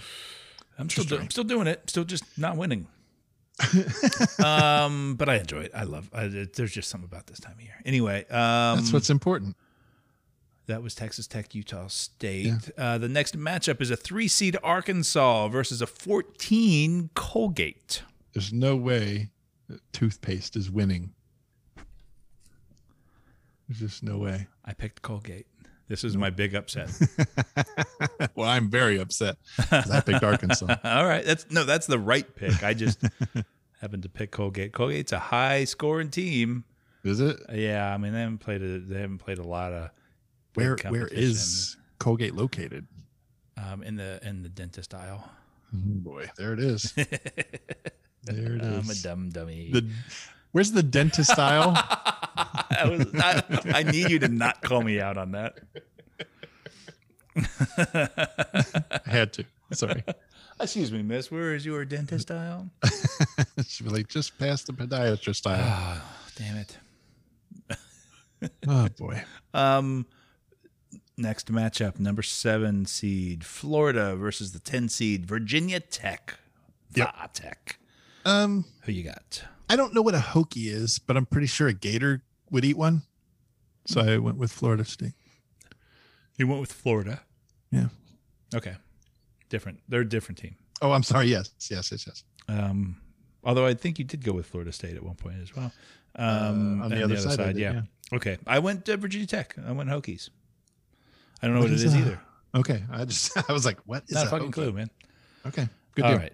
I'm still do, I'm still doing it. Still just not winning. um, but I enjoy it. I love. I, there's just something about this time of year. Anyway, um,
That's what's important.
That was Texas Tech, Utah State. Uh, the next matchup is a three seed Arkansas versus a 14 Colgate.
There's no way that toothpaste is winning. There's just no way.
I picked Colgate. This is my big upset.
well, I'm very upset. 'cause I picked Arkansas.
All right, that's no, that's the right pick. I just happened to pick Colgate. Colgate's a high scoring team. Uh,
Is it?
Yeah, I mean they haven't played a, they haven't played a lot of big
Where where is
competition,
Colgate located?
um, in the in the dentist aisle. Mm-hmm.
Oh, Boy, there it is. There it
I'm a
is.
dumb dummy.
The, where's the dentist aisle?
I, was, I, I need you to not call me out on that.
I had to. Sorry.
Excuse me, miss. Where is your dentist aisle?
She's like just past the podiatrist aisle.
Oh, damn it.
Oh boy.
Um, next matchup, number seven seed Florida versus the ten seed Virginia Tech.
Yep.
Va Tech.
Um,
Who you got?
I don't know what a Hokie is, but I'm pretty sure a gator would eat one. So I went with Florida State.
He went with Florida.
Yeah.
Okay. Different. They're a different team.
Oh, I'm sorry. Yes, yes, yes, yes.
Um, although I think you did go with Florida State at one point as well. Um,
Uh, on the other side, I did,
yeah.
yeah.
Okay, I went uh, Virginia Tech. I went Hokies. I don't know what, it
is
is
a-
either.
Okay, I just I was like, what is
Not a
a
fucking
Hokie?
clue, man.
Okay, good
All
deal.
right.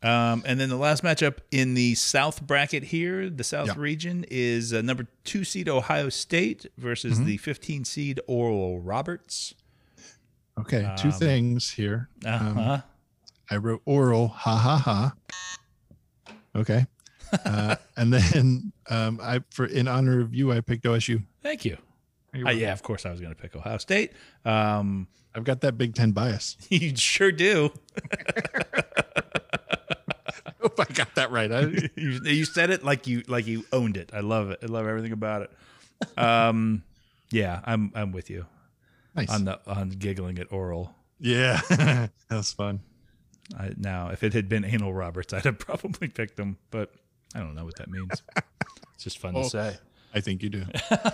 Um, and then the last matchup in the South bracket here, the South
Yeah.
region, is uh, number two seed Ohio State versus
Mm-hmm.
the 15 seed Oral Roberts.
Okay, two
Um,
things here.
Uh huh.
I wrote oral, ha ha ha. Okay, uh, and then um, I for in honor of you, I picked OSU.
Thank you. Uh, yeah, of course I was going to pick Ohio State. Um,
I've got that Big Ten bias.
you sure do.
I hope I got that right. I,
you, you said it like you like you owned it. I love it. I love everything about it. Um, yeah, I'm I'm with you
nice.
on the on giggling at oral.
yeah, that was fun.
I, now, if it had been anal Roberts, I'd have probably picked him, but I don't know what that means. it's just fun to say.
I think you do.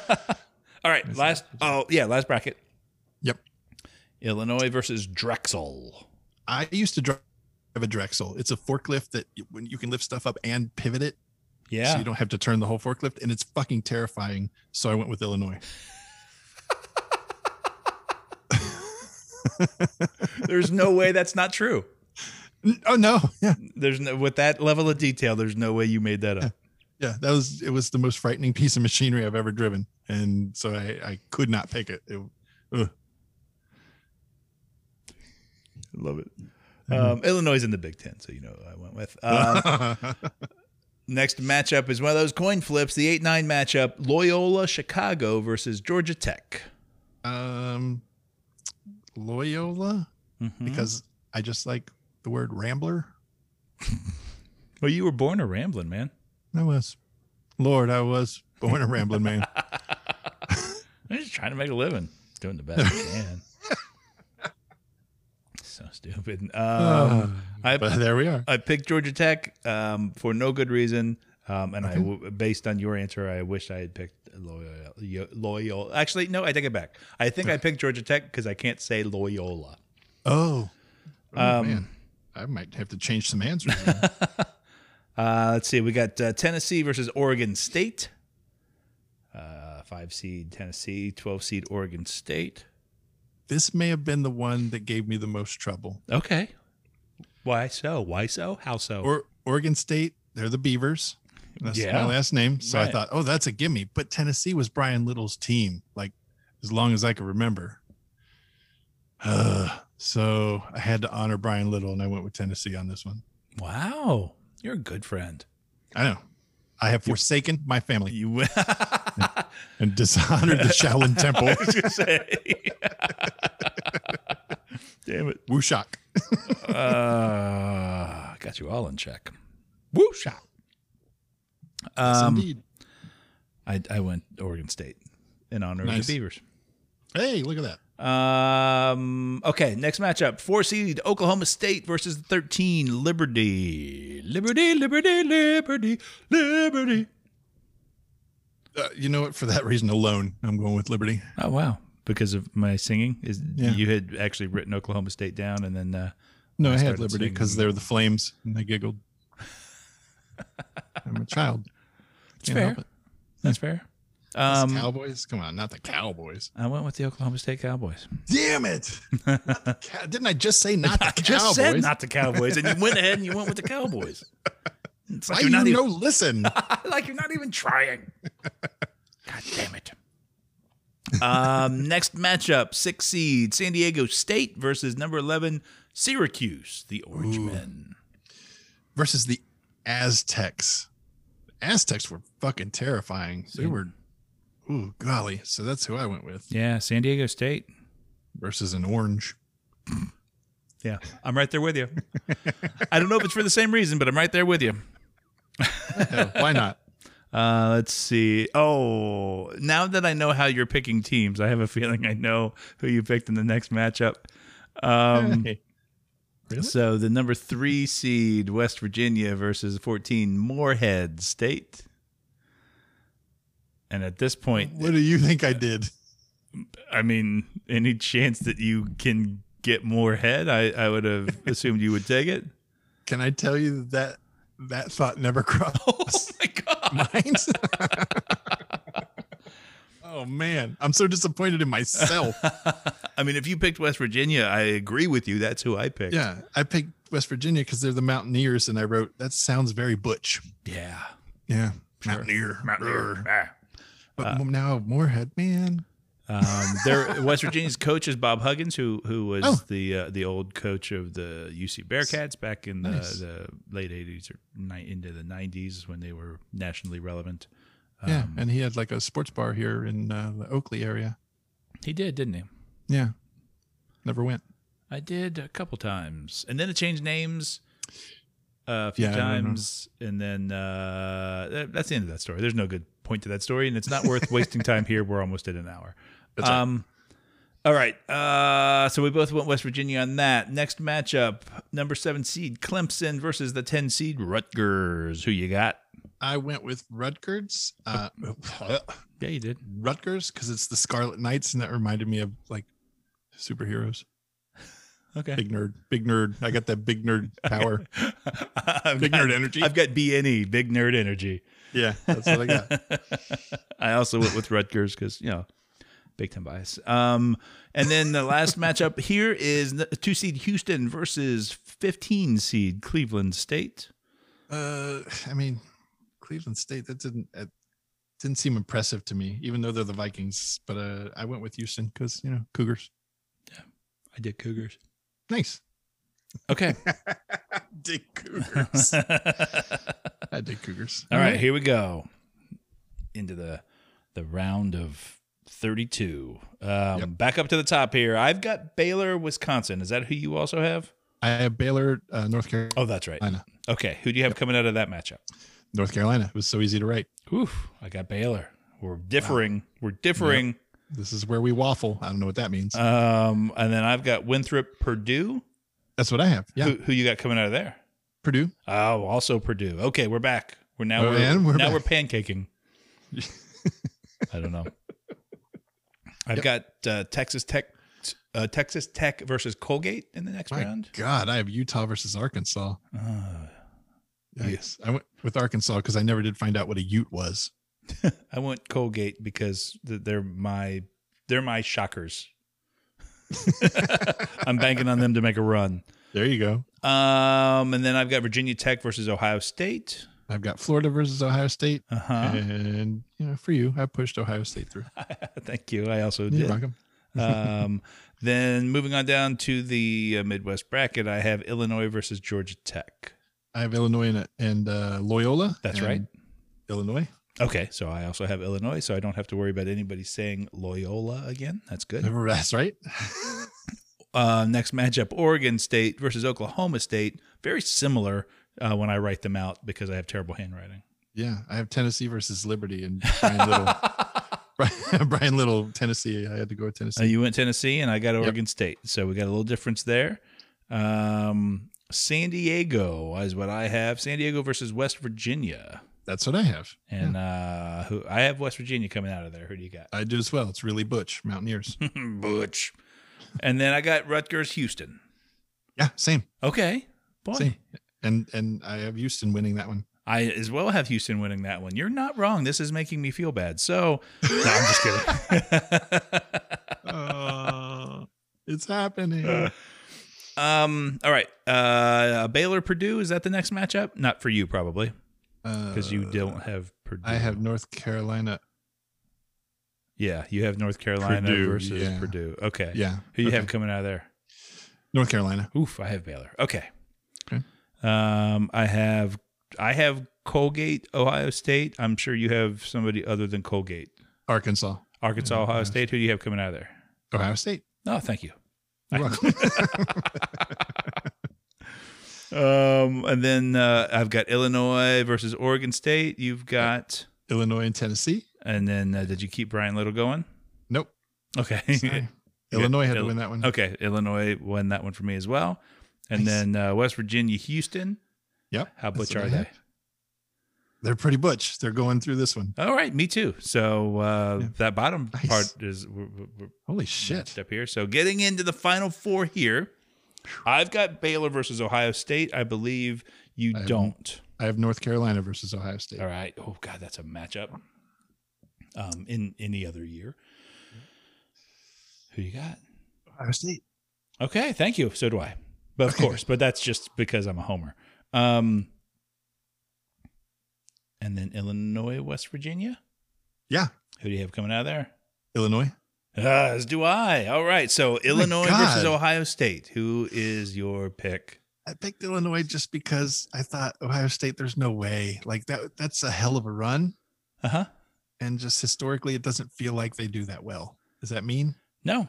All right, last oh yeah, last bracket:
yep.
Illinois versus Drexel.
I used to drive a Drexel. It's a forklift that you, when you can lift stuff up and pivot it, so
Yeah,
you don't have to turn the whole forklift, and it's fucking terrifying. So I went with Illinois.
there's no way that's not true.
N- Oh no, yeah,
There's no with that level of detail. There's no way you made that up.
yeah. That was it. Was the most frightening piece of machinery I've ever driven, and so I I could not pick it. It- ugh.
I love it. Um, Illinois is in the Big Ten, so you know who I went with. Um, next matchup is one of those coin flips. The eight nine matchup: Loyola Chicago versus Georgia Tech.
um, Loyola
Mm-hmm.
because I just like the word rambler.
Well, you were born a rambling man.
I was, Lord, I was born a rambling man.
I'm just trying to make a living, doing the best I can. so stupid. Um, I
But there we are.
I picked Georgia Tech um, for no good reason, um, and I w- based on your answer, I wish I had picked Loyola. Yo- Loyola. Actually, no, I take it back. I think I picked Georgia Tech because I can't say Loyola.
Oh, oh man, I might have to change some answers.
Uh, let's see. We got uh, Tennessee versus Oregon State. Uh, five seed Tennessee, twelve seed Oregon State.
this may have been the one that gave me the most trouble.
Okay. Why so? Why so? How so?
Or Oregon State, they're the Beavers. That's
Oh. Yeah.
my last name. So
Right.
I thought, oh, that's a gimme. But Tennessee was Brian Little's team, like as long as I can remember. Uh, so I had to honor Brian Little and I went with Tennessee on this one.
wow, you're a good friend.
I know. I have forsaken my family
You. I
and dishonored the Shaolin Temple.
was gonna say. Damn it.
Wushak.
Uh, got you all in check. Woo shot. Um,
Indeed.
I, I went Oregon State in honor of
Nice.
the Beavers.
Hey, look at that.
Um. Okay. Next matchup: four seed Oklahoma State versus the thirteen Liberty. Liberty. Liberty. Liberty. Liberty.
Uh, you know what? For that reason alone, I'm going with Liberty.
Oh wow! Because of my singing, is
Yeah.
you had actually written Oklahoma State down, and then uh,
No, I had
started
Liberty
singing.
because they're the flames, and they giggled. I'm a child.
it's fair. That's fair. Um,
Cowboys? Come on, not the Cowboys.
I went with the Oklahoma State Cowboys.
Damn it! Not the cow- Didn't I just say not the
I
Cowboys?
just said not the Cowboys, and you went ahead and you went with the Cowboys. It's
Why
like
you
you're not e-
no
even,
listen?
like you're not even trying. God damn it. Um, next matchup: six seed San Diego State versus number eleven Syracuse, the Orange Men.
Versus the Aztecs. The Aztecs were fucking terrifying. They were. Ooh, golly. So that's who I went with.
Yeah, San Diego State.
versus an orange.
Yeah, I'm right there with you. I don't know if it's for the same reason, but I'm right there with you.
Hell, why not?
Uh, let's see. Oh, now that I know how you're picking teams, I have a feeling I know who you picked in the next matchup. Um,
Hey.
So the number three seed West Virginia versus 14 Moorhead State. And at this point,
What do you think I did?
I mean, any chance that you can get Moorhead, I, I would have assumed you would take it.
Can I tell you that that thought never crossed
my god!
my mind? oh man, I'm so disappointed in myself.
I mean, if you picked West Virginia, I agree with you. That's who I picked.
yeah, I picked West Virginia because they're the Mountaineers, and I wrote that sounds very butch.
Yeah.
Yeah, Mountaineer, Mountaineer. But now Moorhead, man.
Um, there, West Virginia's coach is Bob Huggins, who who was
Oh.
the uh, the old coach of the UC Bearcats back in the,
Nice.
the late '80s or ni- into the '90s when they were nationally relevant.
Yeah, and he had like a sports bar here in uh, the Oakley area.
He did, didn't he?
Yeah, never went.
I did a couple times, and then it changed names uh, a few
Yeah, I remember.
times, and then uh, that- that's the end of that story. There's no good point to that story, and it's not worth wasting time here. We're almost at an hour. um, All right, uh, so we both went West Virginia on that. Next matchup, number seven seed Clemson versus the ten seed Rutgers. Who you got?
I went with Rutgers. Uh,
Yeah, you did.
Rutgers because it's the Scarlet Knights, and that reminded me of like superheroes.
Okay.
Big nerd, big nerd. I got that big nerd power.
I've
Big
got-
nerd energy.
I've got BNE, big nerd energy.
yeah, that's what I got.
I also went with Rutgers because you know, big time bias. Um, and then the last matchup here is the two seed Houston versus fifteen seed Cleveland State.
Uh, I mean, Cleveland State. That didn't that didn't seem impressive to me, even though they're the Vikings. But uh, I went with Houston because you know Cougars.
I did Cougars.
Nice.
Okay.
Dick Cougars.
All
I did Cougars.
right, here we go into the the round of thirty-two. Um, Back up to the top here. I've got Baylor, Wisconsin. Is that who you also have?
I have Baylor, uh, North Carolina.
Oh, that's right. Okay, who do you have coming out of that matchup?
North Carolina. It was so easy to write.
Whew, I got Baylor. We're differing. We're differing.
This is where we waffle. I don't know what that means.
Um, and then I've got Winthrop, Purdue.
That's what I have. Yeah,
Who, who you got coming out of there?
Purdue.
Oh, also Purdue. Okay, we're back. We're now
Oh,
we're,
and we're
now
back.
we're pancaking. I don't know. I've got uh, Texas Tech, uh, Texas Tech versus Colgate in the next
My
round.
God, I have Utah versus Arkansas. Uh, yes, I went with Arkansas because I never did find out what a Ute was.
I want Colgate because th- they're my they're my shockers. I'm banking on them to make a run.
There you go.
Um, and then I've got Virginia Tech versus Ohio State.
I've got Florida versus Ohio State,
Uh huh.
and you know, for you, I pushed Ohio State through.
Thank you. I also
You
did.
rock 'em.
um, then moving on down to the uh, Midwest bracket, I have Illinois versus Georgia Tech.
I have Illinois and, and uh, Loyola.
That's
and
right.
Illinois.
Okay, so I also have Illinois, so I don't have to worry about anybody saying Loyola again. That's good.
That's right.
Uh, next matchup: Oregon State versus Oklahoma State. Very similar uh, when I write them out because I have terrible handwriting.
Yeah, I have Tennessee versus Liberty and Brian Little. Brian, Brian Little, Tennessee. I had to go with
Uh,
Tennessee.
you went Tennessee, and I got Oregon State, so we got a little difference there. Um, San Diego is what I have. San Diego versus West Virginia.
That's what I have.
And uh, who I have West Virginia coming out of there. Who do you got?
I do as well. It's really Butch Mountaineers.
Butch. And then I got Rutgers Houston.
yeah, same,
Okay. Boy.
same. And and I have Houston winning that one.
I as well have Houston winning that one. You're not wrong. This is making me feel bad. So no, I'm just kidding.
Uh, it's happening.
um, all right. Uh Baylor Purdue, is that the next matchup? Not for you probably. Because you don't have Purdue.
Uh, I have North Carolina.
Yeah, you have North Carolina
Purdue,
versus
yeah.
Purdue. Okay.
Yeah,
Who you
okay.
have coming out of there?
North Carolina.
Oof, I have Baylor. Okay.
Okay.
Um, I have I have Colgate, Ohio State. I'm sure you have somebody other than Colgate.
Arkansas,
Arkansas, Ohio State. Who do you have coming out of there?
Ohio State.
No, thank you.
You're welcome.
Um, and then uh, I've got Illinois versus Oregon State. You've got,
Illinois and Tennessee.
and then uh, did you keep Brian Little going?
Nope.
Okay.
Sorry. Illinois had to
Ill-
win that one.
okay. Illinois won that one for me as well. And
Nice.
then uh, West Virginia, Houston.
Yep.
How
that's
butch
what
are
I
they?
had. They're pretty butch. They're going through this one.
All right, me too. So uh,
Yeah.
that bottom
Nice.
part is we're, we're- we're
Holy shit.
matched up here. So getting into the final four here, I've got Baylor versus Ohio State. I believe you
I have-
don't.
I have North Carolina versus Ohio State.
All right. Oh God, that's a matchup. Um, in any other year, who you got?
Ohio State.
Okay, thank you. So do I. But of
Okay.
course, but that's just because I'm a homer. Um, and then Illinois, West Virginia.
Yeah.
Who do you have coming out of there?
Illinois.
Uh, As do I. All right. So Illinois versus
Oh God.
Ohio State. Who is your pick?
I picked Illinois just because I thought Ohio State, there's no way. Like that that's a hell of a run.
Uh huh.
And just historically, it doesn't feel like they do that well. Does that mean?
No.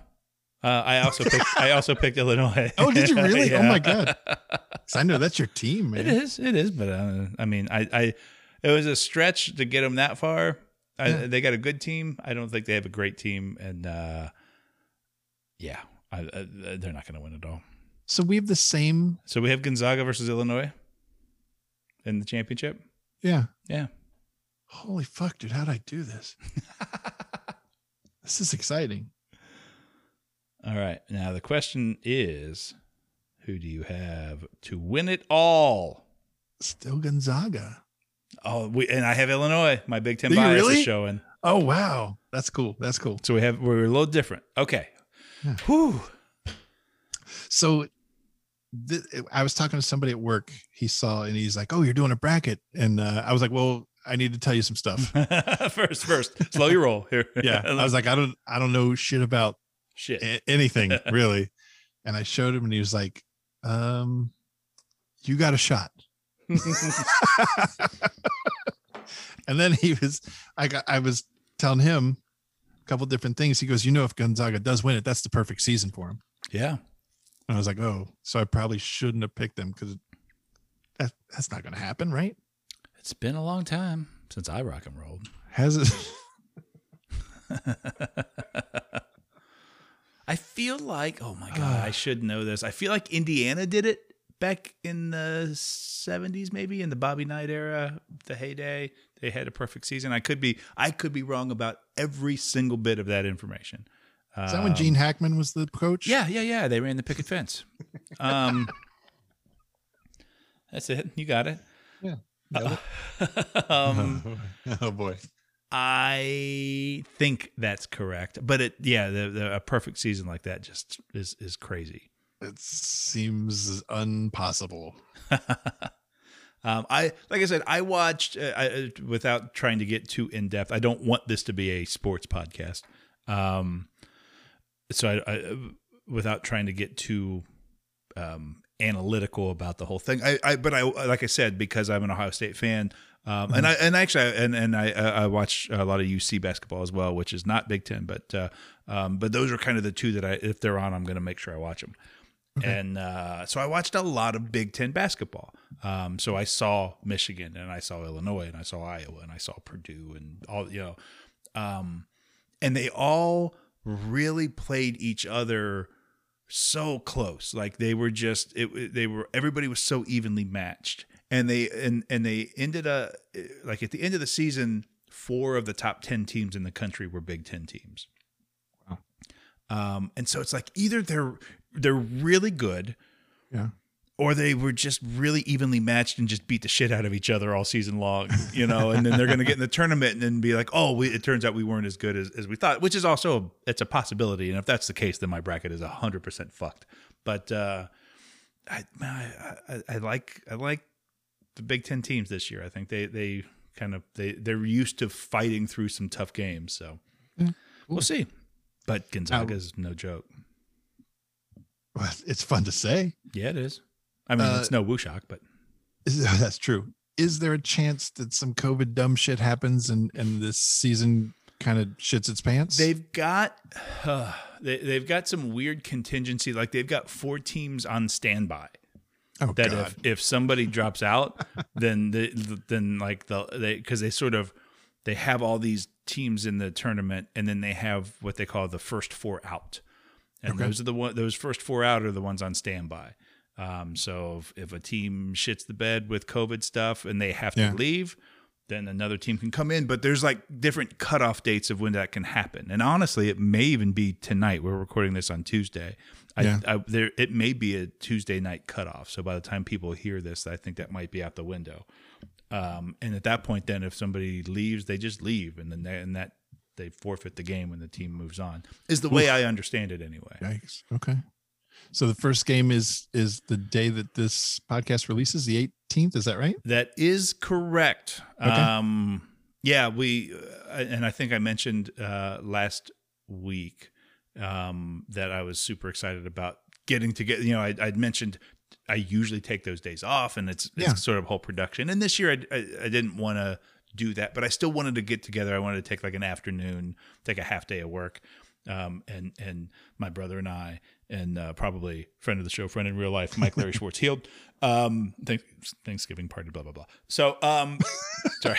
Uh, I also picked. I also picked Illinois.
Oh, did you really? Oh, my God.
Yeah.
'Cause I know that's your team, man.
It is. It is. But uh, I mean, I, I, it was a stretch to get them that far. I,
Yeah.
They got a good team. I don't think they have a great team, and uh, yeah, I, I, they're not going to win at all.
So we have the same.
So we have Gonzaga versus Illinois in the championship.
Yeah.
Yeah.
Holy fuck, dude. How'd I do this? this is exciting.
All right. Now the question is, who do you have to win it all?
Still Gonzaga.
Oh, we, and I have Illinois. My Big Ten
Do you
bias
really?
is showing.
Oh, wow. That's cool. That's cool.
So we have we're a little different. Okay.
Yeah.
Whew.
So th- I was talking to somebody at work. He saw and he's like, "Oh, you're doing a bracket," and uh, I was like, "Well, I need to tell you some stuff."
first, first, slow your roll here.
yeah, I was like, "I don't, I don't know shit about
shit.
a- anything really," and I showed him, and he was like, "Um, you got a shot." and then he was, I got, I was telling him a couple different things. He goes, "You know, if Gonzaga does win it, that's the perfect season for him."
yeah.
And I was like, oh, so I probably shouldn't have picked them because that, that's not going to happen, right?
It's been a long time since I rock and rolled.
Has it?
I feel like, oh my God, I should know this. I feel like Indiana did it back in the 70s, maybe in the Bobby Knight era, the heyday. They had a perfect season. I could be, I could be wrong about every single bit of that information.
Is that when Gene Hackman was the coach?
Yeah, yeah, yeah. They ran the picket fence. Um, that's it. You got it. Uh,
Yeah.
um,
oh boy.
I think that's correct. But it, yeah, the, the, a perfect season like that just is is crazy.
It seems impossible.
Um, I like I said, I watched uh, I, uh, without trying to get too in depth. I don't want this to be a sports podcast, um, so I, I without trying to get too um, analytical about the whole thing. I, I but I like I said because I'm an Ohio State fan, um, and I and actually and and I I I watch a lot of UC basketball as well, which is not Big Ten, but uh, um, but those are kind of the two that I if they're on, I'm going to make sure I watch them. And uh, so I watched a lot of Big Ten basketball. Um, so I saw Michigan and I saw Illinois and I saw Iowa and I saw Purdue and all you know, um, and they all really played each other so close. Like they were just it. They were everybody was so evenly matched, and they and and they ended up like at the end of the season, four of the top ten teams in the country were Big Ten teams. Um, and so it's like either they're they're really good,
Yeah.
or they were just really evenly matched and just beat the shit out of each other all season long, you know. and then they're going to get in the tournament and then be like, "Oh, we, it turns out we weren't as good as, as we thought," which is also it's a possibility. And if that's the case, then my bracket is hundred percent fucked. But uh, I, man, I, I I like I like the Big Ten teams this year. I think they they kind of they they're used to fighting through some tough games, so we'll see. But Gonzaga's no joke.
Well, It's fun to say.
Yeah, it is. I mean,
Uh,
it's no Wushok, but
Is- That's true. Is there a chance that some COVID dumb shit happens and, and this season kind of shits its pants.
They've got uh, they, they've got some weird contingency. Like they've got four teams on standby.
oh
that
god,
if, if somebody drops out, then the, then like the they because they sort of they have all these teams in the tournament, and then they have what they call the first four out, and those are the one those first four out are the ones on standby. Um, so if, if a team shits the bed with COVID stuff and they have to
Yeah.
leave, then another team can come in. But there's like different cutoff dates of when that can happen. And honestly, it may even be tonight. We're recording this on Tuesday. I,
Yeah.
I, there, it may be a Tuesday night cutoff. So by the time people hear this, I think that might be out the window. Um, and at that point, then if somebody leaves, they just leave, and then they, and that they forfeit the game when the team moves on. Is the way I understand it anyway.
yikes. Okay, so the first game is is the day that this podcast releases, the 18th. Is that right?
That is correct. Um, yeah, we uh, and I think I mentioned uh, last week um, that I was super excited about getting together. You know, I, I'd mentioned I usually take those days off, and it's, it's
Yeah.
sort of whole production. And this year, I, I, I didn't want to do that, but I still wanted to get together. I wanted to take like an afternoon, take a half day of work, um, and and my brother and I, and uh, probably friend of the show, friend in real life, Mike Larry Schwartz Healed, um, thank, Thanksgiving party, blah blah blah. So, um, sorry.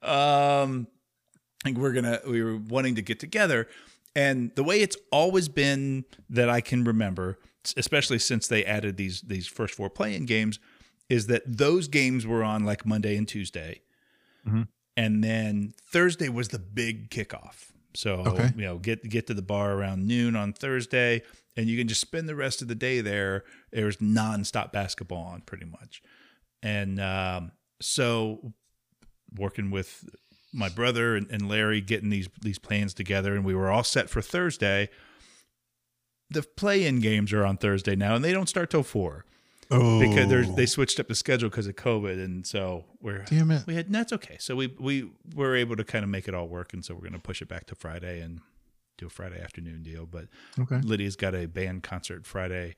um, like we're gonna we were wanting to get together and the way it's always been that i can remember especially since they added these these first four play-in games is that those games were on like monday and tuesday and then thursday was the big kickoff so
Okay.
you know get get to the bar around noon on thursday and you can just spend the rest of the day there there's nonstop basketball on pretty much and um, so working with my brother and, and Larry getting these these plans together, and we were all set for Thursday. The play-in games are on Thursday now, and they don't start till four
Oh,
because they're, they switched up the schedule because of COVID, and so we're
Damn it.
we had no, it's okay. So we we were able to kind of make it all work, and so we're going to push it back to Friday and do a Friday afternoon deal. But
okay.
Lydia's got a band concert Friday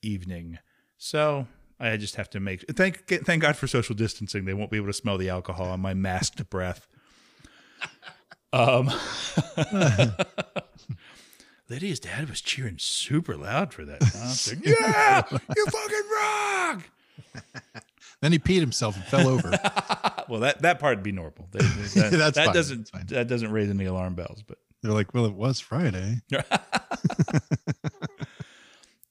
evening. So I just have to make thank thank God for social distancing. They won't be able to smell the alcohol on my masked breath. Um Lydia's dad was cheering super loud for that concert. yeah, you fucking rock.
Then he peed himself and fell over.
Well, that that part'd be normal. That, that,
That's
that
fine.
doesn't
That's fine.
that doesn't raise any alarm bells, but
they're like, well, it was Friday.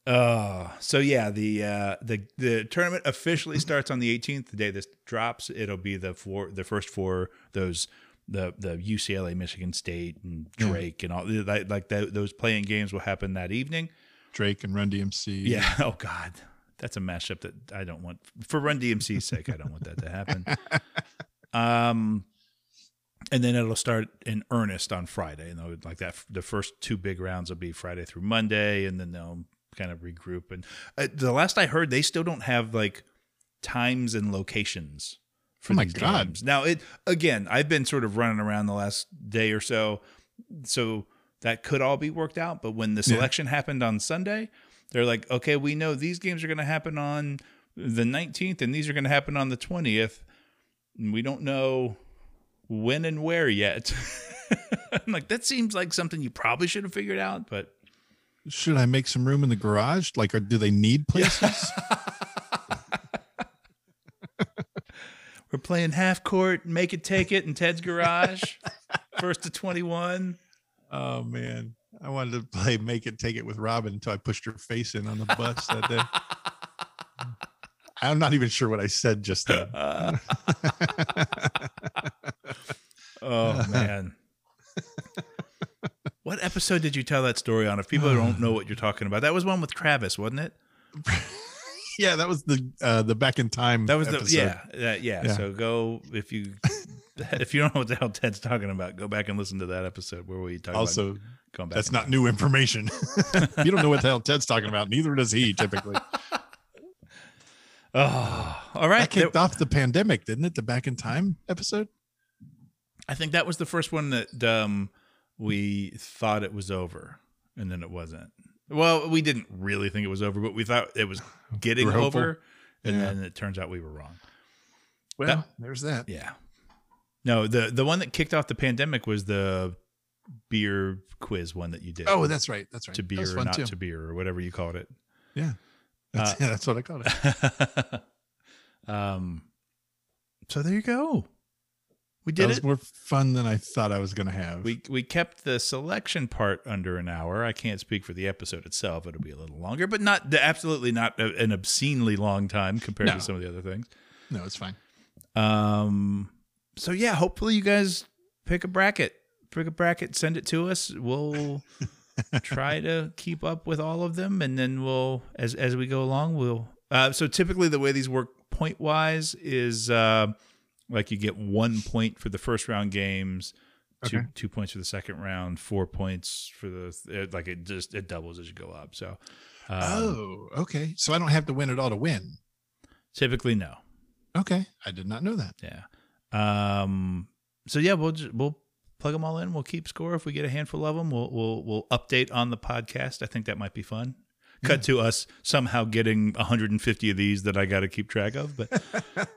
Uh, so yeah, the uh, the the tournament officially starts on the 18th. The day this drops, it'll be the four, the first four, those the the UCLA, Michigan State, and Drake, and all like like tho- those playing games will happen that evening.
Drake and Run DMC.
Yeah. Oh God, that's a mashup that I don't want for Run DMC's sake. I don't want that to happen. Um, and then it'll start in earnest on Friday, and they'll- like that, the first two big rounds will be Friday through Monday, and then they'll kind of regroup. And uh, the last I heard, they still don't have like times and locations. For
Oh my
these
God.
games. Now it again, I've been sort of running around the last day or so, so that could all be worked out. But when the selection happened on Sunday, they're like, okay, we know these games are going to happen on the 19th and these are going to happen on the 20th. And we don't know when and where yet. I'm like, that seems like something you probably should have figured out, but
Should I make some room in the garage? Like, or do they need places?
we're playing half court, make it take it in Ted's garage, first to 21.
oh man, I wanted to play Make It Take It with Robin until I pushed her face in on the bus that day. I'm not even sure what I said just then.
Uh, Oh, man. What episode did you tell that story on? If people don't know what you're talking about, that was one with Travis, wasn't it?
yeah, that was the uh, the back in time.
That was the
episode.
yeah, that- yeah
Yeah.
So go if you if you don't know what the hell Ted's talking about, go back and listen to that episode where we talk.
Also,
about going back.
that's
and-
not new information. you don't know what the hell Ted's talking about. Neither does he typically.
Oh, all right.
That kicked
There-
off the pandemic, didn't it? The back in time episode.
I think that was the first one that um, we thought it was over, and then it wasn't. Well, we didn't really think it was over, but we thought it was getting
were hopeful.
over, and
Yeah.
then it turns out we were wrong.
Well, there's that.
Yeah. No, the the one that kicked off the pandemic was the beer quiz one that you did.
Oh, that's right. That's right.
to
That was
beer or
fun,
not
too.
to beer or whatever you called it.
Yeah. That's,
Uh,
yeah, that's what I called it.
um, so there you go. We
That
did
was
it.
more fun than I thought I was going to have.
We we kept the selection part under an hour. I can't speak for the episode itself; it'll be a little longer, but not absolutely not a- an obscenely long time compared
No.
to some of the other things.
no, it's fine.
Um, so yeah, hopefully you guys pick a bracket, pick a bracket, send it to us. We'll try to keep up with all of them, and then we'll as as we go along, we'll. Uh, so typically, the way these work point wise is uh, like you get one point for the first round games. Two,
Okay.
two points for the second round, four points for the th- like it just it doubles as you go up. So um,
oh, okay. So I don't have to win at all to win.
typically no,
Okay. I did not know that.
Yeah. Um. So yeah, we'll just, we'll plug them all in. We'll keep score if we get a handful of them. We'll we'll we'll update on the podcast. I think that might be fun. Cut to us somehow getting 150 of these that I got to keep track of, but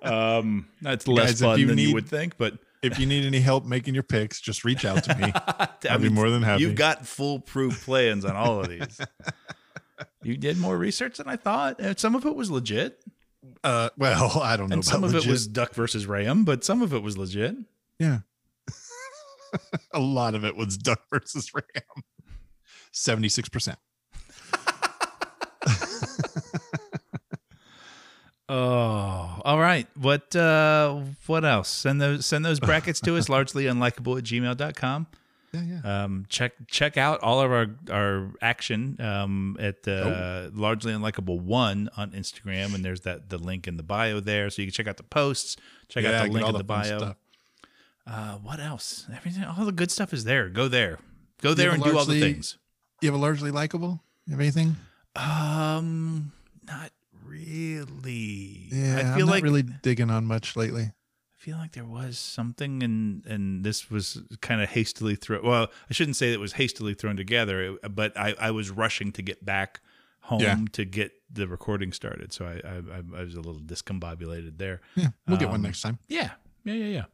um, that's less
Guys, if
fun
you
than you
need-
would think. But
If you need any help making your picks, just reach out to me.
I
I'd be more than happy.
You've got foolproof plans on all of these. you did more research than I thought. and Some of it was legit,
Uh, well, I don't know
and
about
some of
legit.
it was Duck versus Ram, but some of it was legit.
yeah. a lot of it was duck versus ram. Seventy six percent.
Oh, all right. What uh what else? Send those send those brackets to us largely unlikable at gmail.com.
Yeah, yeah.
Um check check out all of our our action um at uh, largely unlikable one on Instagram and there's that the link in the bio there. So you can check out the posts, check
yeah,
out
get
the link
all
in the,
fun
bio.
stuff.
Uh what else? Everything all the good stuff is there. Go there. Go there
have
and
a
do all the
largely-
things.
You have a largely likable. You have anything?
Um not really.
Yeah,
I feel
am not
like
really digging on much lately.
I feel like there was something, and and this was kind of hastily thrown. Well, I shouldn't say it was hastily thrown together, uh, but I I was rushing to get back home
Yeah.
to get the recording started, so I I, I was a little discombobulated there.
Yeah, we'll get one
Um,
next time.
Yeah, yeah, yeah, yeah.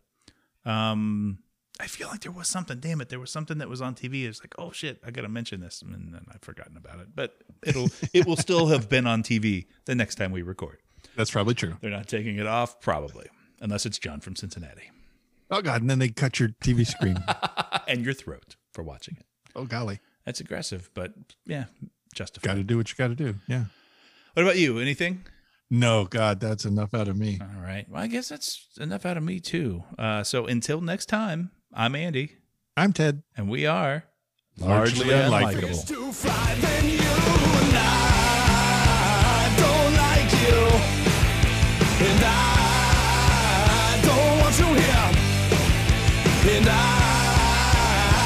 Um, I feel like there was something. Damn it, there was something that was on TV. It's like, oh shit, I gotta mention this, and then I've forgotten about it. But it'll it will still have been on TV the next time we record.
That's probably true.
They're not taking it off, probably, unless it's John from Cincinnati.
Oh God! And then they cut your TV screen.
and your throat for watching it.
oh golly!
That's aggressive, but yeah, justified.
Got to do what you got to do. Yeah.
What about you? Anything?
No, God, that's enough out of me.
All right. Well, I guess that's enough out of me too. Uh, so until next time, I'm Andy,
I'm Ted.
and we are
Largely unlikable.
It's too fried, then you and I don't like you. And I don't want you here. And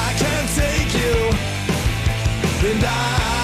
I can't take you. And I